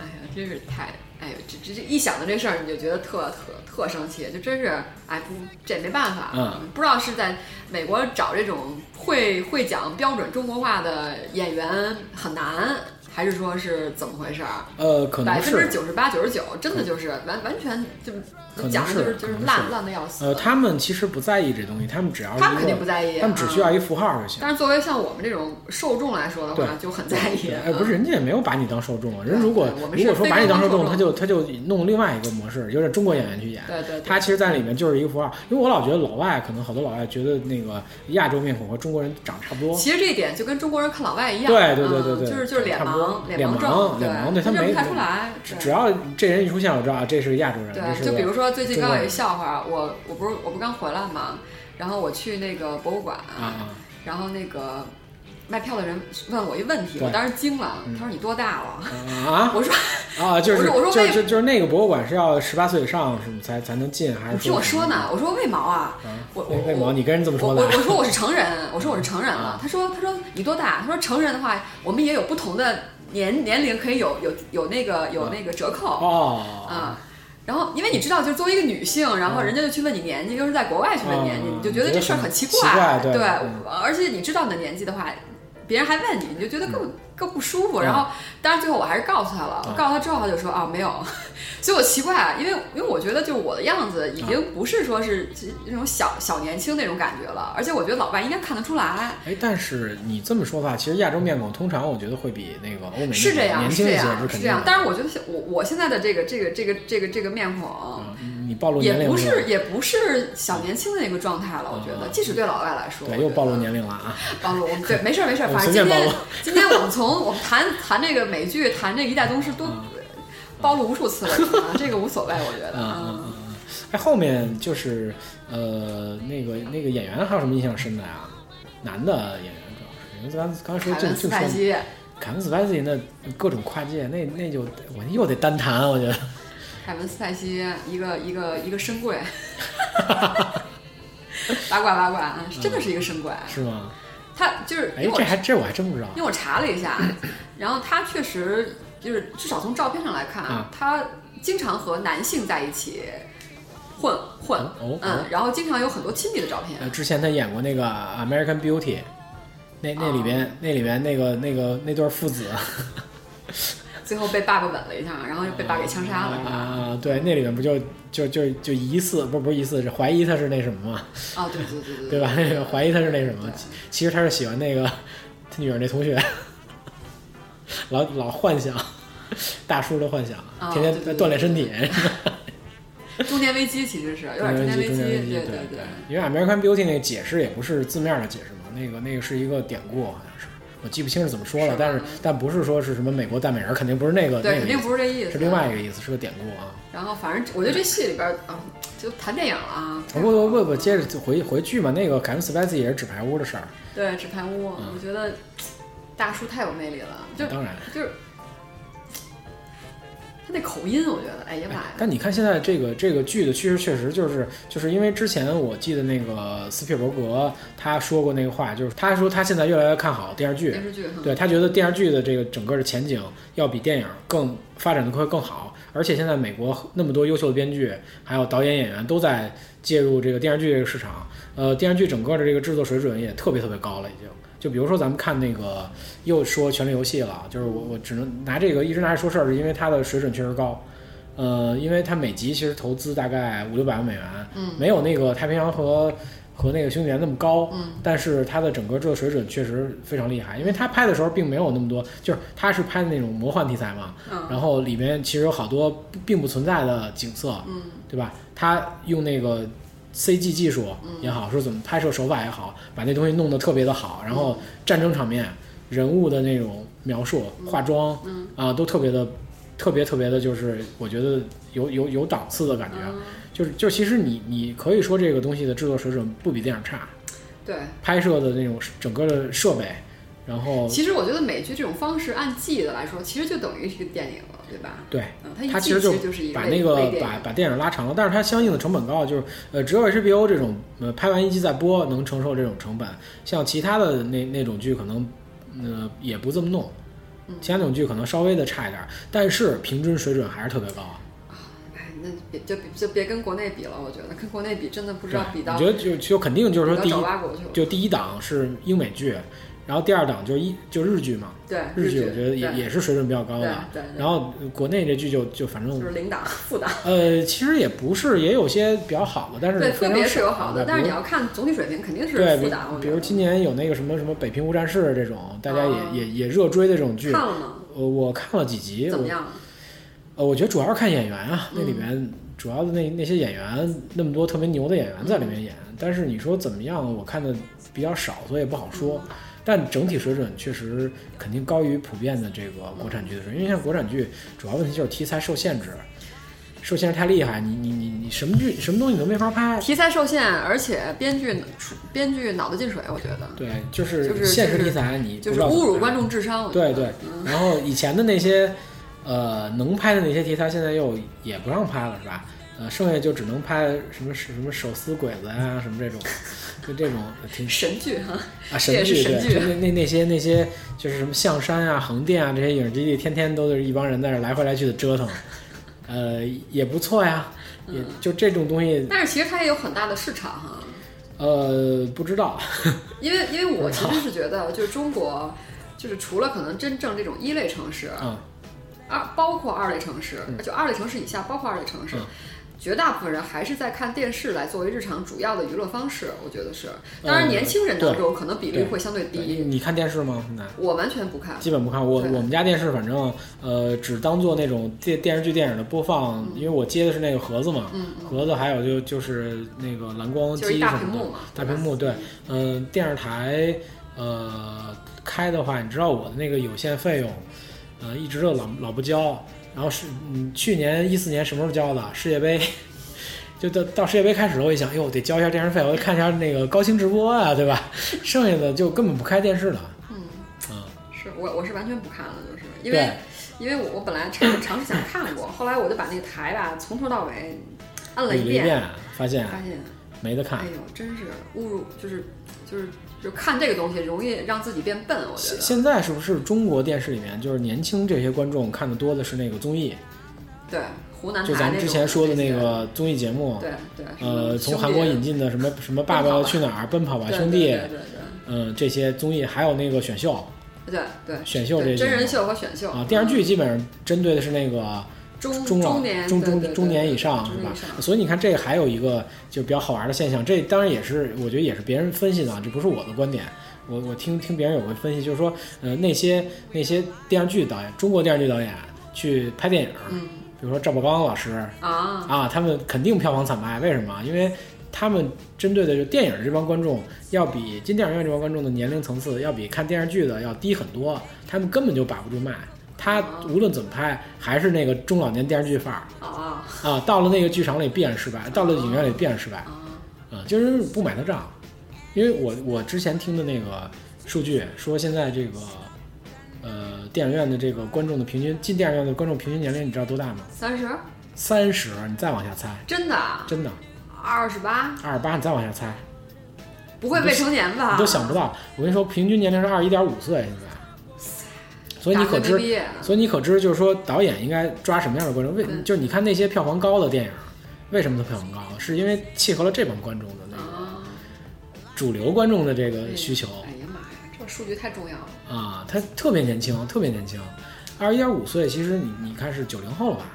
S2: 哎呀，真是太，哎呀，这这这一想到这事儿，你就觉得特特特生气，就真是，哎，不，这也没办法，
S3: 嗯，
S2: 不知道是在美国找这种会会讲标准中国话的演员很难，还是说是怎么回事儿？
S3: 呃，可
S2: 百
S3: 能
S2: 分之
S3: 是
S2: 九十八、九十九，真的就是完完全就
S3: 可能
S2: 讲的就是
S3: 是
S2: 就是
S3: 可能
S2: 烂
S3: 是
S2: 烂的要死。
S3: 呃，他们其实不在意这东西，他们只要是
S2: 他们
S3: 一
S2: 肯定
S3: 个
S2: 不在意啊
S3: 他们只需要一符号就行。
S2: 但是作为像我们这种受众来说的话，
S3: 对
S2: 就很在意。
S3: 对哎，不是，人家也没有把你当受众啊。
S2: 对
S3: 人如果
S2: 对我们
S3: 如果
S2: 是
S3: 说
S2: 非
S3: 把你当受众，
S2: 常
S3: 他就他就弄另外一个模式，就是中国演员去演。
S2: 对对对
S3: 他其实，在里面就是一个符号，因为我老觉得老外可能好多老外觉得那个亚洲面孔和中国人长差不多。
S2: 其实这一点就跟中国人看老外一样，
S3: 对对对对
S2: 嗯
S3: 对，
S2: 就是就是脸
S3: 差不多
S2: 盲，
S3: 脸
S2: 盲
S3: 盲，
S2: 症，
S3: 脸盲，
S2: 对
S3: 他
S2: 认
S3: 没
S2: 不太出来。
S3: 只
S2: 对
S3: 只要这人一出现，我知道啊，这是亚洲人。这
S2: 对，
S3: 是
S2: 就
S3: 个
S2: 比如说最近
S3: 中
S2: 刚
S3: 国
S2: 有一
S3: 人
S2: 笑话，我我不是我不刚回来嘛，然后我去那个博物馆，
S3: 啊啊，
S2: 然后那个卖票的人问我一问题，
S3: 对嗯
S2: 我当时惊了，他说你多大了？
S3: 啊
S2: 我说
S3: 啊！就是
S2: 我说
S3: 就
S2: 我说为
S3: 就就是那个博物馆是要十八岁以上什么才才能进，还是
S2: 你听我说
S3: 什么
S2: 呢，我说为毛啊？我我
S3: 为为毛
S2: 我
S3: 你跟人这么说
S2: 我
S3: 的
S2: 我我说我是成人，我说我是成人了
S3: 啊。
S2: 他说他说你多大？他说成人的话，我们也有不同的年年龄可以有有有那个有那个折扣
S3: 啊哦
S2: 啊。然后因为你知道，就是作为一个女性，然后人家就去问你年纪，又是在国外去问年纪，
S3: 啊嗯
S2: 你就觉得这事儿很奇怪，
S3: 奇怪对
S2: 对
S3: 嗯
S2: 而且你知道你的年纪的话。别人还问你，你就觉得更、更不舒服。
S3: 嗯
S2: 然后，当然最后我还是告诉他了。
S3: 嗯
S2: 我告诉他之后，他就说啊没有。 所以我奇怪，啊因为因为我觉得就是我的样子已
S3: 嗯
S2: 经不是说是是那种小小年轻那种感觉了，而且我觉得老外应该看得出来。
S3: 哎，但是你这么说吧，其实亚洲面孔通常我觉得会比那个欧美面
S2: 是这
S3: 孔
S2: 样，
S3: 嗯年
S2: 是
S3: 轻一
S2: 这
S3: 些，
S2: 样，
S3: 是肯
S2: 是这
S3: 定
S2: 样
S3: 的。。
S2: 但是我觉得现我我现在的这个这个这个这个这个面孔，
S3: 嗯你你暴露年
S2: 也
S3: 龄
S2: 不
S3: 了
S2: 是也不是小年轻的那个状态了，我觉得，即使对老外来说，
S3: 嗯对，
S2: 我
S3: 又
S2: 觉
S3: 暴露
S2: 得
S3: 年龄了啊！
S2: 暴露，我们对，没事儿没事儿，
S3: 我
S2: 反
S3: 随
S2: 正
S3: 便
S2: 今天今天
S3: 暴露
S2: 我们从我们谈谈这个美剧，谈这个一代宗师都暴露无数次了，啊这个无所谓，我觉得，
S3: 嗯
S2: 嗯，
S3: 嗯。哎，后面就是呃，那个那个演员还有什么印象深的呀？男的演员主要是，因为咱刚才说
S2: 凯
S3: 就
S2: 文斯
S3: 就
S2: 派
S3: 说
S2: 西，
S3: 凯文斯派西那各种跨界，那那就我又得单谈，啊我觉得。
S2: 凯文斯派西一个一个一个深 柜，八卦八卦啊，真的是一个深柜，
S3: 是吗？
S2: 他就是
S3: 哎
S2: 因为，我
S3: 这还这我还真不知道
S2: 因为我查了一下， 然后他确实就是至少从照片上来看，
S3: 啊
S2: 他经常和男性在一起混混，
S3: 哦哦
S2: 嗯，然后经常有很多亲密的照片。
S3: 呃，之前他演过那个《American Beauty》，那那里
S2: 啊
S3: 边、那里边那个那个那对父子，
S2: 最后被爸爸吻了一下，然后又被爸给枪杀了，是吧？
S3: 啊啊！对，那里面不就就就就疑似不不是疑似是怀疑他是那什么嘛，
S2: 啊，对对对对
S3: 对吧？那个 怀疑他是那什么
S2: 对，
S3: 其其实他是喜欢那个他女儿那同学，老老幻想。大叔的幻想，
S2: 啊
S3: 天天
S2: 对对对
S3: 锻炼身体，
S2: 中年危机其实是有
S3: 锻
S2: 点中
S3: 炼
S2: 年
S3: 身体，
S2: 危
S3: 中
S2: 机，
S3: 年危
S2: 对
S3: 机，对
S2: 对。
S3: 因为 American Beauty 那个解释也不是字面的解释嘛，那个那个是一个典故，好像是，我记不清是怎么说了，
S2: 是吧
S3: 但是但不是说是什么美国大美人，肯定不是那个，
S2: 对，
S3: 那
S2: 肯
S3: 个
S2: 定
S3: 意思
S2: 不是这意思。
S3: 是另外一个意思，是个典故啊。
S2: 然后，反正我觉得这戏里边儿啊，就谈电影了啊。
S3: 不不不不，接着回回剧嘛，那个凯文·斯派西也是纸牌屋的事儿，
S2: 对，纸牌屋，
S3: 嗯
S2: 我觉得大叔太有魅力了，就
S3: 当然。
S2: 就是他那口音，我觉得，哎呀妈
S3: 哎
S2: 呀，
S3: 但你看现在这个这个剧的趋势，确实就是就是因为之前我记得那个斯皮尔伯格他说过那个话，就是他说他现在越来越看好电视剧，
S2: 电视剧哈，
S3: 对他觉得电视剧的这个整个的前景要比电影更发展的会更好，而且现在美国那么多优秀的编剧，还有导演演员都在介入这个电视剧这个市场，呃，电视剧整个的这个制作水准也特别特别高了，已经。就比如说咱们看那个又说《权力游戏》了，就是我我只能拿这个一直拿着说事儿，是因为它的水准确实高。呃，因为它每集其实投资大概五六百万美元，
S2: 嗯，
S3: 没有那个太平洋和和那个兄弟连那么高，
S2: 嗯，
S3: 但是它的整个制作水准确实非常厉害，因为他拍的时候并没有那么多，就是他是拍的那种魔幻题材嘛，
S2: 嗯
S3: 然后里面其实有好多不并不存在的景色，
S2: 嗯，
S3: 对吧？他用那个 CG 技术
S2: 嗯
S3: 也好，说怎么拍摄手法也好，把那东西弄得特别的好，
S2: 嗯
S3: 然后战争场面、人物的那种描述、化妆，
S2: 嗯
S3: 啊，都特别的。特别特别的，就是我觉得有有有档次的感觉，
S2: 嗯
S3: 就是就其实你你可以说这个东西的制作水准不比电影差，
S2: 对，
S3: 拍摄的那种整个的设备，然后
S2: 其实我觉得美剧这种方式按季的来说，其实就等于是个电影了，对吧？
S3: 对。
S2: 嗯，它一
S3: 它
S2: 季
S3: 其实就
S2: 就是一
S3: 把
S2: 类
S3: 那个
S2: 类电
S3: 把
S2: 影
S3: 把电影拉长了，但是它相应的成本高，就是呃，只有 HBO 这种呃拍完一季再播能承受这种成本，像其他的那那种剧可能呃也不这么弄，
S2: 嗯
S3: 其他那种剧可能稍微的差一点儿，但是平均水准还是特别高。
S2: 哎，那别就就别跟国内比了，我觉得跟国内比真的不知
S3: 对
S2: 道比，到
S3: 我觉得就就肯定就
S2: 比
S3: 是说
S2: 到
S3: 第
S2: 爪
S3: 一
S2: 哇国去了。
S3: 就第一档是英美剧，然后第二档就一就日剧嘛，
S2: 对
S3: 日
S2: 剧
S3: 剧我觉得也
S2: 对
S3: 也是水准比较高
S2: 对
S3: 的。
S2: 对，
S3: 然后呃国内这剧就就反正
S2: 就是零档副档，
S3: 呃，其实也不是，也有些比较好的，但是
S2: 对，个
S3: 非常
S2: 别是有
S3: 少
S2: 好
S3: 的
S2: 的，但是
S3: 比
S2: 你
S3: 如
S2: 要看总体水平肯定是
S3: 对，
S2: 副档。我觉
S3: 比如比如
S2: 得
S3: 今年有那个什么什么《北平无战事》这种，大家也、
S2: 啊
S3: 也也热追的这种剧，
S2: 看了吗？
S3: 呃，我看了几集，
S2: 怎么
S3: 我
S2: 样？
S3: 呃，我觉得主要是看演员啊，
S2: 嗯
S3: 那里面主要的那那些演员，那么多特别牛的演员在里面演，
S2: 嗯
S3: 但是你说怎么样，我看的比较少，所以不好说。
S2: 嗯
S3: 但整体水准确实肯定高于普遍的这个国产剧的水准，因为像国产剧主要问题就是题材受限制，受限制太厉害，你你你你什么剧什么东西你都没法拍。
S2: 题材受限，而且编剧编剧脑子进水，我觉得
S3: 对，就
S2: 就是
S3: 是现实
S2: 就是
S3: 题材你不
S2: 就
S3: 知
S2: 是
S3: 道怎么
S2: 侮辱
S3: 拍
S2: 观众智商。我觉
S3: 对
S2: 得
S3: 对，然后以前的那些，呃，能拍的那些题材，现在又也不让拍了，是吧？呃，剩下就只能拍什么什么手撕鬼子呀、什么这种，就这种挺
S2: 神剧哈，
S3: 啊
S2: 这
S3: 神
S2: 也
S3: 剧
S2: 是神
S3: 对，
S2: 剧
S3: 就那那那些那些就是什么象山啊、横店啊这些影视基地，天天都是一帮人在那来回来去的折腾，呃，也不错呀，
S2: 嗯
S3: 也就这种东西，
S2: 但是其实它也有很大的市场哈。
S3: 呃，不知道，
S2: 因为因为我其实是觉得，就是中国，就是除了可能真正这种一类城市，
S3: 嗯，
S2: 二包括二类城市，就二类城市以下包括二类城市。
S3: 嗯
S2: 绝大部分人还是在看电视来作为日常主要的娱乐方式，我觉得是。当然，年轻人当中可能比例
S3: 嗯对
S2: 会相对
S3: 对
S2: 低。
S3: 你看电视吗？现在？
S2: 我完全不看，
S3: 基本不看。我
S2: 对
S3: 我们家电视反正呃只当做那种电电视剧、电影的播放，因为我接的是那个盒子嘛，
S2: 嗯，
S3: 盒子还有就就是那个蓝光
S2: 就是
S3: 机
S2: 一
S3: 什
S2: 大屏
S3: 么
S2: 幕
S3: 的，
S2: 嘛，
S3: 大
S2: 对吧
S3: 屏幕对，嗯、电视台呃开的话，你知道我的那个有限费用，呃一直都老老不交，然后是嗯去年一四年什么时候交的世界杯？ 就到到世界杯开始了，我一想，哟，得交一下电视费，我得看一下那个高清直播啊，对吧？剩下的就根本不开电视了。
S2: 嗯，
S3: 嗯，
S2: 是我我是完全不看了，就是因
S3: 对
S2: 为因为我我本来尝尝试想看过，后来我就把那个台吧从头到尾按了
S3: 捋
S2: 一
S3: 了一
S2: 遍，
S3: 遍，发现
S2: 发现
S3: 没得看
S2: 哎。呦，真是侮辱，就是就是就看这个东西容易让自己变笨，我觉
S3: 现
S2: 得。
S3: 现在是不是中国电视里面就是年轻这些观众看的多的是那个综艺？
S2: 对，湖南台
S3: 就咱
S2: 那
S3: 之
S2: 种
S3: 前说的
S2: 那
S3: 那
S2: 些，
S3: 个综艺节目，
S2: 对对，什么
S3: 呃，从
S2: 兄
S3: 韩
S2: 弟
S3: 国引进的什么什么《爸
S2: 奔跑
S3: 爸
S2: 吧
S3: 去哪儿》《奔跑吧
S2: 对
S3: 兄弟
S2: 对》，对
S3: 嗯，这些综艺还有那个选秀
S2: 对对对对
S3: 选秀
S2: 对
S3: 这
S2: 真
S3: 些
S2: 人秀和选秀
S3: 啊，电视剧基本上针对的是那个
S2: 中
S3: 中老
S2: 年
S3: 中
S2: 对对
S3: 中
S2: 对
S3: 中年以
S2: 对
S3: 上
S2: 中
S3: 是
S2: 年
S3: 吧
S2: 以上？
S3: 所以你看，这还有一个就比较好玩的现象，这当然也是我觉得也是别人分析的，啊，这不是我的观点。我我听听别人有个分析，就是说，呃，那些那些电视剧导演，中国电视剧导演去拍电影，
S2: 嗯
S3: 比如说赵宝刚老师
S2: 啊，
S3: 啊，他们肯定票房惨败，为什么？因为他们针对的就电影这帮观众，要比进电影院这帮观众的年龄层次要比看电视剧的要低很多，他们根本就把不住卖。他无论怎么拍，还是那个中老年电视剧范儿
S2: 好啊
S3: 啊，到了那个剧场里必然失败，到了影院里必然失败
S2: 啊
S3: 啊，就是不买他账。因为我我之前听的那个数据说，现在这个呃电影院的这个观众的平均进电影院的观众平均年龄，你知道多大吗？
S2: 三十
S3: 三十，你再往下猜，
S2: 真的啊
S3: 真的
S2: 二十八，
S3: 二十八，你再往下猜，
S2: 不会未成年吧？
S3: 你都想不到。我跟你说，平均年龄是二十一点五岁，现在，所以你
S2: 大学
S3: 可
S2: 没毕
S3: 知，
S2: 业
S3: 所以你可知，就是说导演应该抓什么样的观众？为
S2: 对
S3: 就是你看那些票房高的电影，为什么它票房高？是因为契合了这帮观众的那个
S2: 啊，
S3: 主流观众的这
S2: 哎
S3: 个呃需求
S2: 哎呀妈呀，这数据太重要了。
S3: 啊，他特别年轻，特别年轻，二十一点五岁，其实你你看是九零后了吧？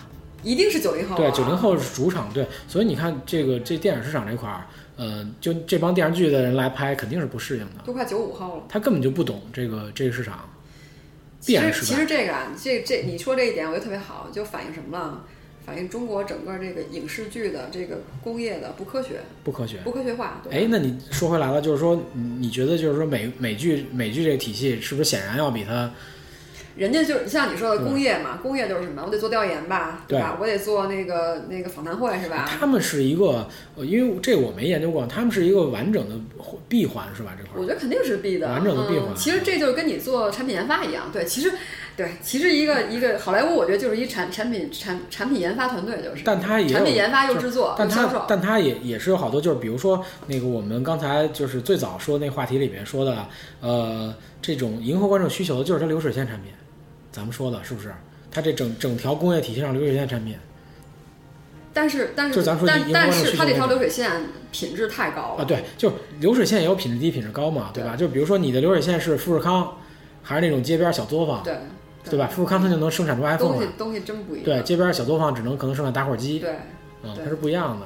S2: 一定是九零后、啊。
S3: 对，九零。后是主场，对，所以你看这个这电影市场这块儿，呃，就这帮电视剧的人来拍，肯定是不适应的，
S2: 都快九五后了，
S3: 他根本就不懂这个这个市场，
S2: 其
S3: 必然
S2: 实
S3: 失败。
S2: 其实这个啊，这这你说这一点，我觉得特别好，就反映什么了？反映中国整个这个影视剧的这个工业的不科学、
S3: 不科学。
S2: 不科学化。对
S3: 哎，那你说回来了，就是说，你你觉得就是说美美剧美剧这个体系是不是显然要比它
S2: 人家就是像你说的工业嘛，工业就是什么？我得做调研吧，
S3: 对
S2: 吧？我得做那个那个访谈会是吧？
S3: 他们是一个，呃，因为这我没研究过，他们是一个完整的闭环是吧？这块
S2: 我
S3: 儿
S2: 觉得肯定是必的，
S3: 完整的闭环
S2: 嗯。其实这就是跟你做产品研发一样，对，其实，对，其实一个一个好莱坞，我觉得就是一产产品产产品研发团队，就是，
S3: 但它也有
S2: 产品研发又制作
S3: 但
S2: 又销
S3: 它
S2: 售，
S3: 但它也也是有好多，就是比如说那个我们刚才就是最早说那话题里面说的，呃，这种迎合观众需求的就是它流水线产品，咱们说的是不是？它这整整条工业体系上流水线产品
S2: 但是但
S3: 就是是咱说
S2: 但
S3: 一
S2: 但
S3: 一个
S2: 是
S3: 需
S2: 它
S3: 求
S2: 这条
S3: 那
S2: 流
S3: 种
S2: 水线品质太高了，
S3: 啊，对，就流水线也有品质低、品质高嘛，对吧？就比如说你的流水线是富士康，还是那种街边小作坊，
S2: 对
S3: 啊对吧？富士康它就能生产出 iPhone
S2: 东
S3: 来
S2: 西，东西真不一
S3: 对，
S2: 样，
S3: 街边小作坊只能可能生产打火机，
S2: 对，
S3: 嗯，
S2: 对哦
S3: 它是不一样的。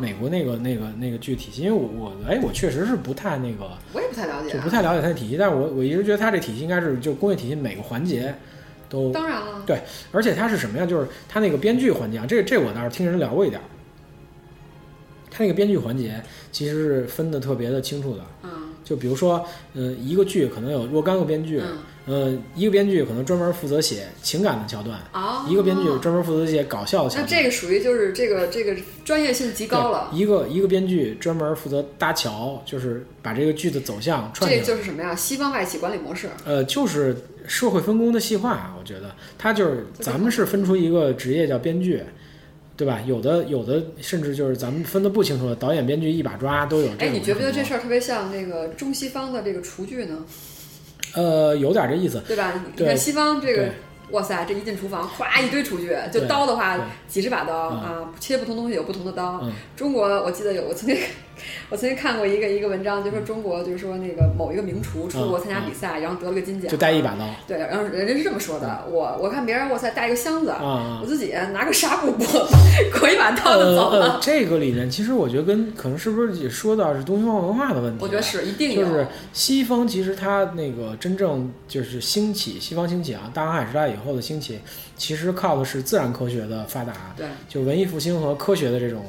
S3: 美国那个那个那个具体系，因为我我哎，我确实是不太那个，
S2: 我也不太了解
S3: 就
S2: 啊
S3: 不，太了解它的体系，但是我我一直觉得它这体系应该是就工业体系每个环节都，
S2: 当然了，
S3: 而且它是什么呀？就是它那个编剧环节啊，这这我倒是听人聊过一点儿，它那个编剧环节其实是分的特别的清楚的，
S2: 嗯
S3: 就比如说，呃，一个剧可能有若干个编剧，
S2: 嗯，
S3: 呃，一个编剧可能专门负责写情感的桥段，
S2: 啊，
S3: 一个编剧专门负责写搞笑的桥
S2: 那
S3: 段，
S2: 这个属于就是这个这个专业性极高了，
S3: 对一个一个编剧专门负责搭桥，就是把这个剧的走向串起
S2: 这
S3: 来。
S2: 就是什么呀？西方外企管理模式，
S3: 呃，就是社会分工的细化啊，我觉得它就是
S2: 这个
S3: 咱们是分出一个职业叫编剧，对吧？有的有的甚至就是咱们分的不清楚的，导演、编剧一把抓都有这种情况。
S2: 哎，你觉不觉得这事儿特别像那个中西方的这个厨具呢？
S3: 呃有点这意思？
S2: 对吧？你
S3: 对
S2: 看西方这个
S3: 对，
S2: 哇塞，这一进厨房，咵一堆厨具，就
S3: 对
S2: 刀的话
S3: 对
S2: 几十把刀、
S3: 嗯
S2: 啊，切不同东西有不同的刀。
S3: 嗯
S2: 中国我记得有，我曾经我曾经看过一个一个文章，就说
S3: 嗯
S2: 中国就是说那个某一个名厨出国参加比赛，然后得了个金奖，
S3: 就带一把嗯刀啊
S2: 对，然后人家是这么说的，我我看别人哇塞带一个箱子，
S3: 啊。
S2: 我自己拿个纱布裹裹一把刀就
S3: 呃
S2: 走了。
S3: 呃，这个里面其实我觉得跟可能是不是也说到是东西方文化的问题？
S2: 我觉得是一定有，
S3: 嗯就是西方其实它那个真正就是兴起，西方兴起啊，大航海时代以后的兴起，其实靠的是自然科学的发达，
S2: 对，
S3: 就文艺复兴和科学的这种，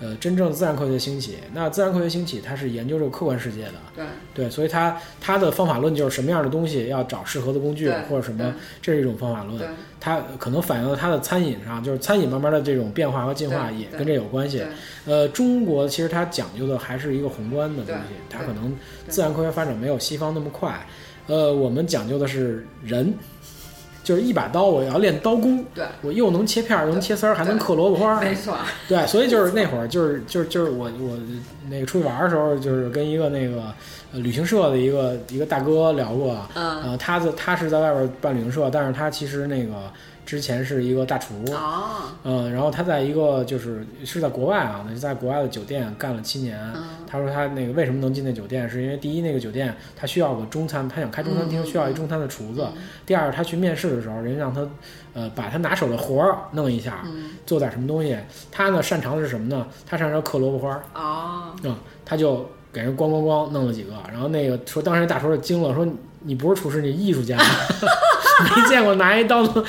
S3: 呃，真正自然科学的兴起。那自然科学兴起，它是研究这个客观世界的，
S2: 对
S3: 对，所以它它的方法论就是什么样的东西要找适合的工具
S2: 对
S3: 或者什么
S2: 对，
S3: 这是一种方法
S2: 对
S3: 论。它可能反映到它的餐饮上，就是餐饮慢慢的这种变化和进化
S2: 对
S3: 也
S2: 对
S3: 跟这有关系
S2: 对。。
S3: 呃，中国其实它讲究的还是一个宏观的东西，
S2: 对
S3: 它
S2: 对
S3: 可能
S2: 对
S3: 自然科学发展没有西方那么快。呃，我们讲究的是人，就是一把刀，我要练刀工，
S2: 对
S3: 我又能切片儿，又能切丝儿，还能刻萝卜花儿。
S2: 没错，
S3: 对，所以就是那会儿，就是就是就是我我那个出去玩儿的时候，就是跟一个那个呃旅行社的一个一个大哥聊过，
S2: 嗯，
S3: 呃，他在他是在外边儿办旅行社，但是他其实那个之前是一个大厨，
S2: 哦，
S3: 嗯，然后他在一个就是是在国外啊，那是在国外的酒店干了七年。
S2: 嗯，
S3: 他说他那个为什么能进那酒店，是因为第一那个酒店他需要个中餐，他想开中餐厅
S2: 嗯
S3: 需要一中餐的厨子。第二他去面试的时候，人家让他呃把他拿手的活儿弄一下，
S2: 嗯，
S3: 做点什么东西。他呢擅长的是什么呢？他擅长刻萝卜花儿，
S2: 哦，
S3: 嗯，他就给人咣咣咣弄了几个。然后那个说当时那大厨就惊了，说你你不是厨师，你艺术家， 没见过拿一刀能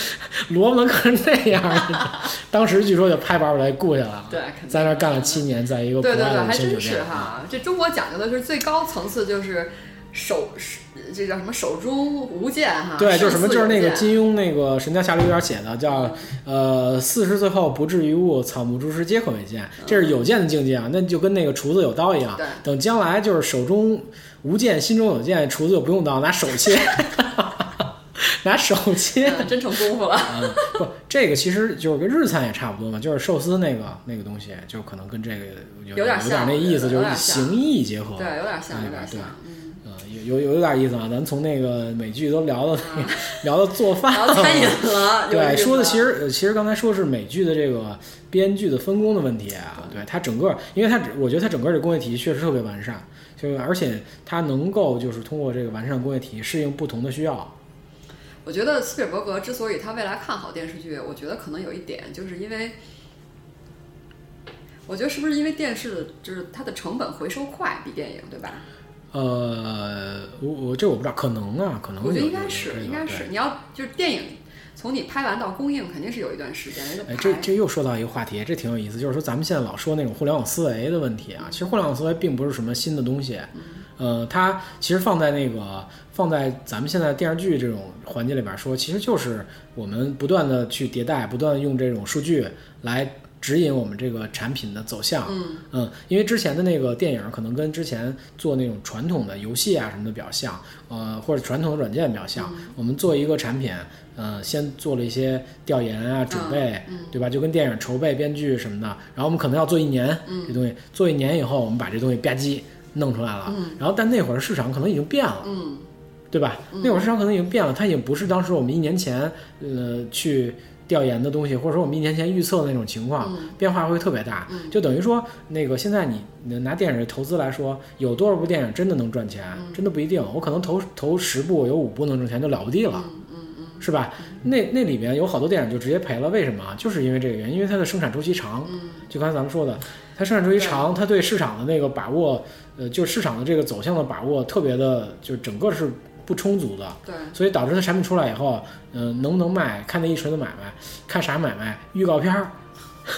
S3: 萝卜能刻成那样儿的。 当时据说就拍板儿把他雇下来了，
S2: 对，肯定
S3: 在那儿干了七年，在一个国
S2: 对
S3: 外
S2: 对对，
S3: 的
S2: 还
S3: 旅行酒
S2: 真是
S3: 店。
S2: 哈。这中国讲究的是最高层次，就是手手这叫什么手中无剑哈。
S3: 对，就是什
S2: 胜
S3: 么，
S2: 似
S3: 就是那
S2: 啊有
S3: 个
S2: 剑
S3: 金庸那个《神雕侠侣》里边写的，叫呃“四十岁后不至于物，草木诸师皆可为剑”，这是有剑的境界啊。那就跟那个厨子有刀一样
S2: 嗯对，
S3: 等将来就是手中无剑，心中有剑，厨子就不用刀，拿手切， 拿手切。
S2: 嗯真成功夫了。
S3: 嗯，不，这个其实就是跟日餐也差不多嘛，就是寿司那个那个东西，就可能跟这个
S2: 有点
S3: 有有点
S2: 像
S3: 那意思，
S2: 有
S3: 就
S2: 点
S3: 是
S2: 像
S3: 形意结合。
S2: 对，有点像，
S3: 嗯
S2: 有点
S3: 对
S2: 像。嗯，
S3: 嗯，有有有点意思啊，咱从那个美剧都聊到那个聊到做饭
S2: 然后
S3: 了，
S2: 啊餐 饮了，有意
S3: 对，
S2: 思
S3: 说的
S2: 了
S3: 其实呃其实刚才说是美剧的这个编剧的分工的问题啊，对它整个，因为它只我觉得它整个这工业体系确实特别完善，就是而且它能够就是通过这个完善工业体系适应不同的需要，
S2: 我觉得斯皮尔伯格之所以他未来看好电视剧，我觉得可能有一点，就是因为，我觉得是不是因为电视的就是它的成本回收快，比电影对吧？
S3: 呃，我我这我不知道，可能啊，可能
S2: 我觉得
S3: 有
S2: 应该
S3: 有
S2: 是
S3: 这，个
S2: 应该
S3: 对
S2: 是。你要就是电影从你拍完到公映，肯定是有一段时间人家
S3: 哎，
S2: 排
S3: 这这又说到一个话题，这挺有意思，就是说咱们现在老说那种互联网思维的问题啊，其实互联网思维并不是什么新的东西，呃，它其实放在那个放在咱们现在电视剧这种环节里边说，其实就是我们不断的去迭代，不断地用这种数据来指引我们这个产品的走向。
S2: 嗯
S3: 嗯，因为之前的那个电影可能跟之前做那种传统的游戏啊什么的比较像，呃，或者传统的软件比较像。我们做一个产品，呃，先做了一些调研啊、准备，
S2: 嗯
S3: 对吧？就跟电影筹备、编剧什么的，然后我们可能要做一年，
S2: 嗯
S3: 这东西做一年以后，我们把这东西吧唧弄出来了。
S2: 嗯
S3: 然后但那会儿市场可能已经变了，
S2: 嗯
S3: 对吧？那会儿市场可能已经变了，它已经不是当时我们一年前呃去调研的东西，或者说我们一年前预测的那种情况，
S2: 嗯
S3: 变化会特别大。
S2: 嗯
S3: 就等于说，那个现在你你拿电影的投资来说，有多少部电影真的能赚钱？
S2: 嗯
S3: 真的不一定。我可能投投十部，有五部能挣钱就了不地了，
S2: 嗯嗯嗯
S3: 是吧？那那里面有好多电影就直接赔了，为什么啊？就是因为这个原因，因为它的生产周期长。
S2: 嗯
S3: 就刚才咱们说的，它生产周期长，它对市场的那个把握，呃，就市场的这个走向的把握特别的，就整个是不充足的。
S2: 对，
S3: 所以导致它产品出来以后，嗯、能不能卖，看那一锤子买卖，看啥买卖，预告片儿，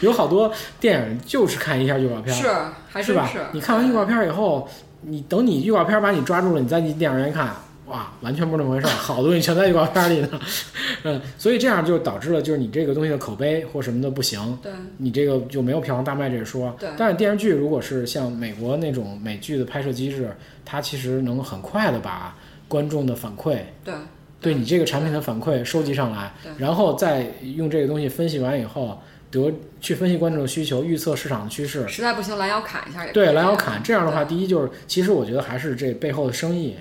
S3: 有好多电影就是看一下预告片儿，
S2: 是还
S3: 是
S2: 真
S3: 吧？
S2: 是
S3: 你看完预告片儿以后，你等你预告片儿把你抓住了，你再进电影院看，哇，完全不是那么回事儿，好东西全在预告片儿里呢， 嗯，所以这样就导致了就是你这个东西的口碑或什么的不行。
S2: 对
S3: 你这个就没有票房大卖这一说，
S2: 对
S3: 但是电视剧如果是像美国那种美剧的拍摄机制，它其实能很快的把观众的反馈
S2: 对
S3: 对你这个产品的反馈收集上来
S2: 对，
S3: 然后再用这个东西分析完以后，得去分析观众的需求，预测市场的趋势，
S2: 实在不行拦腰砍一下也可以
S3: 对拦腰砍。这样的话，
S2: 对
S3: 第一就是，其实我觉得还是这背后的生意，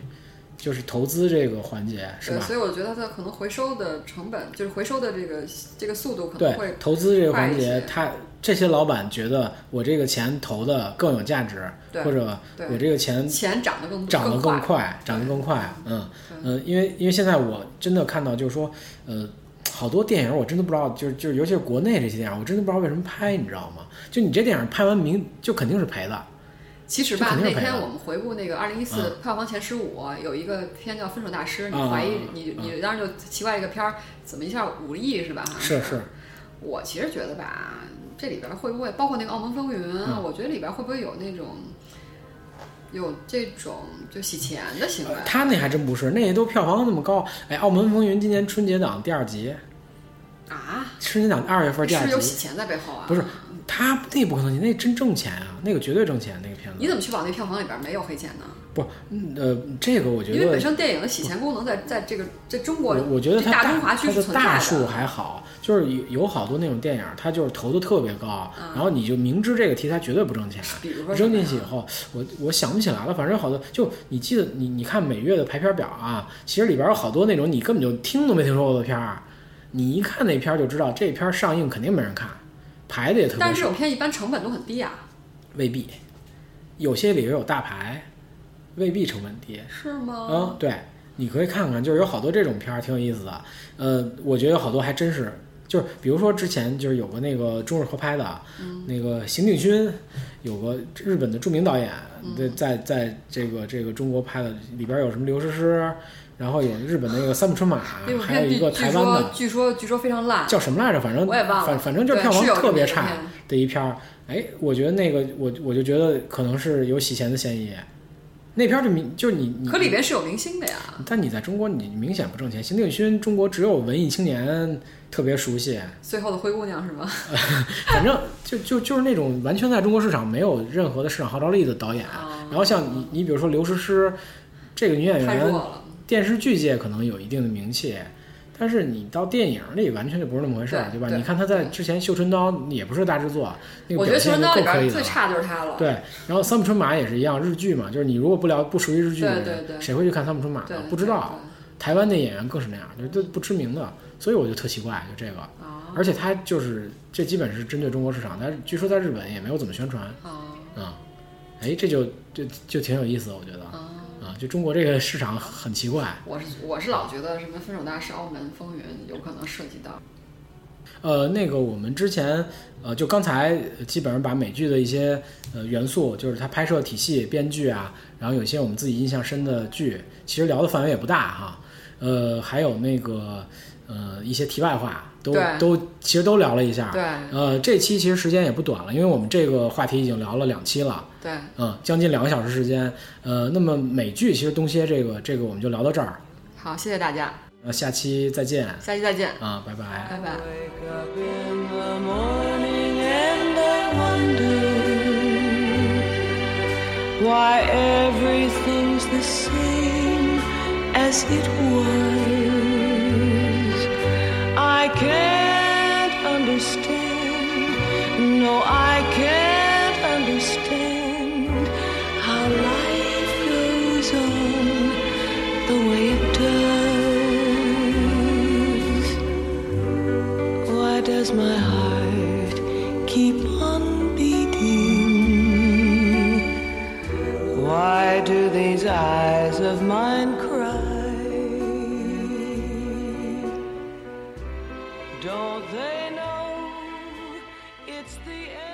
S3: 就是投资这个环节，是
S2: 对，
S3: 吧？
S2: 所以我觉得它的可能回收的成本，就是回收的这个这个速度可
S3: 对
S2: 能会，
S3: 投资这个环
S2: 快一
S3: 节
S2: 些，
S3: 他这些老板觉得我这个钱投的更有价值，
S2: 对
S3: 或者
S2: 对
S3: 我这个钱
S2: 钱涨得更
S3: 涨得
S2: 更
S3: 更快，涨得更快。嗯
S2: 对
S3: 嗯，因为因为现在我真的看到，就是说，呃，好多电影我真的不知道，就是就是尤其是国内这些电影，我真的不知道为什么拍，你知道吗？就你这电影拍完明就肯定是赔的。
S2: 其实
S3: 这
S2: 吧，
S3: 肯定
S2: 那
S3: 是赔
S2: 天
S3: 的嗯
S2: 我们回顾那个二零一四票房前十五，有一个片叫《分手大师》，
S3: 啊
S2: 你怀疑你
S3: 啊
S2: 你当时就奇怪一个片儿怎么一下五亿是吧？好像
S3: 是是，
S2: 我其实觉得吧，这里边会不会包括那个《澳门风云》
S3: 嗯
S2: 啊？我觉得里边会不会有那种有这种就洗钱的行为？
S3: 他那还真不是，那也都票房那么高。哎，《澳门风云》今年春节档第二集，
S2: 啊，
S3: 春节档二月份第
S2: 是不
S3: 二
S2: 是有
S3: 集，
S2: 洗钱在背后啊？
S3: 不是，他那不可能，那真挣钱啊，那个绝对挣钱，那个片子。
S2: 你怎么确保那票房里边没有黑钱呢？
S3: 不，嗯呃，这个我觉
S2: 因为
S3: 得
S2: 本身电影的洗钱功能在在这个在中国，
S3: 我我觉得
S2: 这
S3: 它
S2: 大
S3: 大
S2: 中华区
S3: 它
S2: 是
S3: 的
S2: 存
S3: 大
S2: 在
S3: 数
S2: 的。
S3: 还好，就是有有好多那种电影，它就是投的特别高，
S2: 嗯
S3: 然后你就明知这个题材绝对不挣钱，
S2: 比如说
S3: 扔进
S2: 什
S3: 去
S2: 么
S3: 以
S2: 呀
S3: 后，我我想不起来了，反正有好多就你记得你你看每月的排片表啊，其实里边有好多那种你根本就听都没听说过的片儿，你一看那片儿就知道这片儿上映肯定没人看，排的也特别
S2: 但是这
S3: 少，
S2: 种片一般成本都很低啊，
S3: 未必，有些里边有大牌，未必成本低。
S2: 是吗？
S3: 嗯，对，你可以看看，就是有好多这种片儿挺有意思的。呃，我觉得有好多还真是，就是比如说之前就是有个那个中日合拍的，
S2: 嗯
S3: 那个刑警勋，有个日本的著名导演，
S2: 嗯
S3: 对，在在这个这个中国拍的，里边有什么刘诗诗，然后有日本的那个三浦 春马，
S2: 那部
S3: 啊还有
S2: 片
S3: 一
S2: 据
S3: 个
S2: 据
S3: 台湾的
S2: 说据说据说非常烂，
S3: 叫什么来着？反正
S2: 我也忘了
S3: 反反正就
S2: 对
S3: 是票房
S2: 是有这
S3: 特
S2: 么
S3: 别
S2: 一个
S3: 差
S2: 片
S3: 的一片儿。哎，我觉得那个我我就觉得可能是有洗钱的嫌疑。那片儿就明就是你你
S2: 可里边是有明星的呀。
S3: 但你在中国，你明显不挣钱。邢定勋，中国只有文艺青年特别熟悉，
S2: 最后的灰姑娘是吗？
S3: 反正就就就是那种完全在中国市场没有任何的市场号召力的导演。
S2: 哦
S3: 然后像你，你比如说刘诗诗，这个女演
S2: 太弱
S3: 员，
S2: 了。
S3: 电视剧界可能有一定的名气，但是你到电影里完全就不是那么回事儿，对
S2: 对
S3: 吧？
S2: 对
S3: 你看她在之前《绣春刀》也不是大制作，那个
S2: 我觉得
S3: 表
S2: 《全
S3: 现
S2: 身
S3: 就
S2: 刀》里
S3: 够可以
S2: 边
S3: 的
S2: 最
S3: 了。
S2: 差就是她了。
S3: 对，然后《三浦春马》也是一样，日剧嘛，就是你如果不了不熟悉日剧的人，
S2: 对对对
S3: 谁会去看《三浦春马》
S2: 对
S3: 呢？，不知道。
S2: 对。对
S3: 台湾那演员更是那样，就是都不知名的，所以我就特奇怪，就这个。
S2: 哦
S3: 而且他就是这基本是针对中国市场，但是据说在日本也没有怎么宣传
S2: 哦
S3: 啊。哎，这就就就挺有意思的，我觉得
S2: 哦
S3: 啊，就中国这个市场很奇怪。
S2: 我是我是老觉得什么《分手大师》《澳门风云》有可能涉及到。
S3: 呃，那个我们之前呃，就刚才基本上把美剧的一些呃元素，就是它拍摄体系、编剧啊，然后有一些我们自己印象深的剧，其实聊的范围也不大哈。呃，还有那个呃一些题外话，都
S2: 对
S3: 都其实都聊了一下。
S2: 对
S3: 呃，这期其实时间也不短了，因为我们这个话题已经聊了两期了。
S2: 对，
S3: 嗯，将近两个小时时间，呃，那么美剧其实东歇这个这个我们就聊到这儿，
S2: 好，谢谢大家，
S3: 呃，下期再见
S2: 下期再见，
S3: 啊，拜拜。
S2: 拜拜。
S4: Wake up in the morning and I wonder why everything's the same as it was. I can't understand, no, I can't understand how life goes on the way it does. Why does my heart keep on beating? Why do these eyes of mine cry? Don't they know it's the end?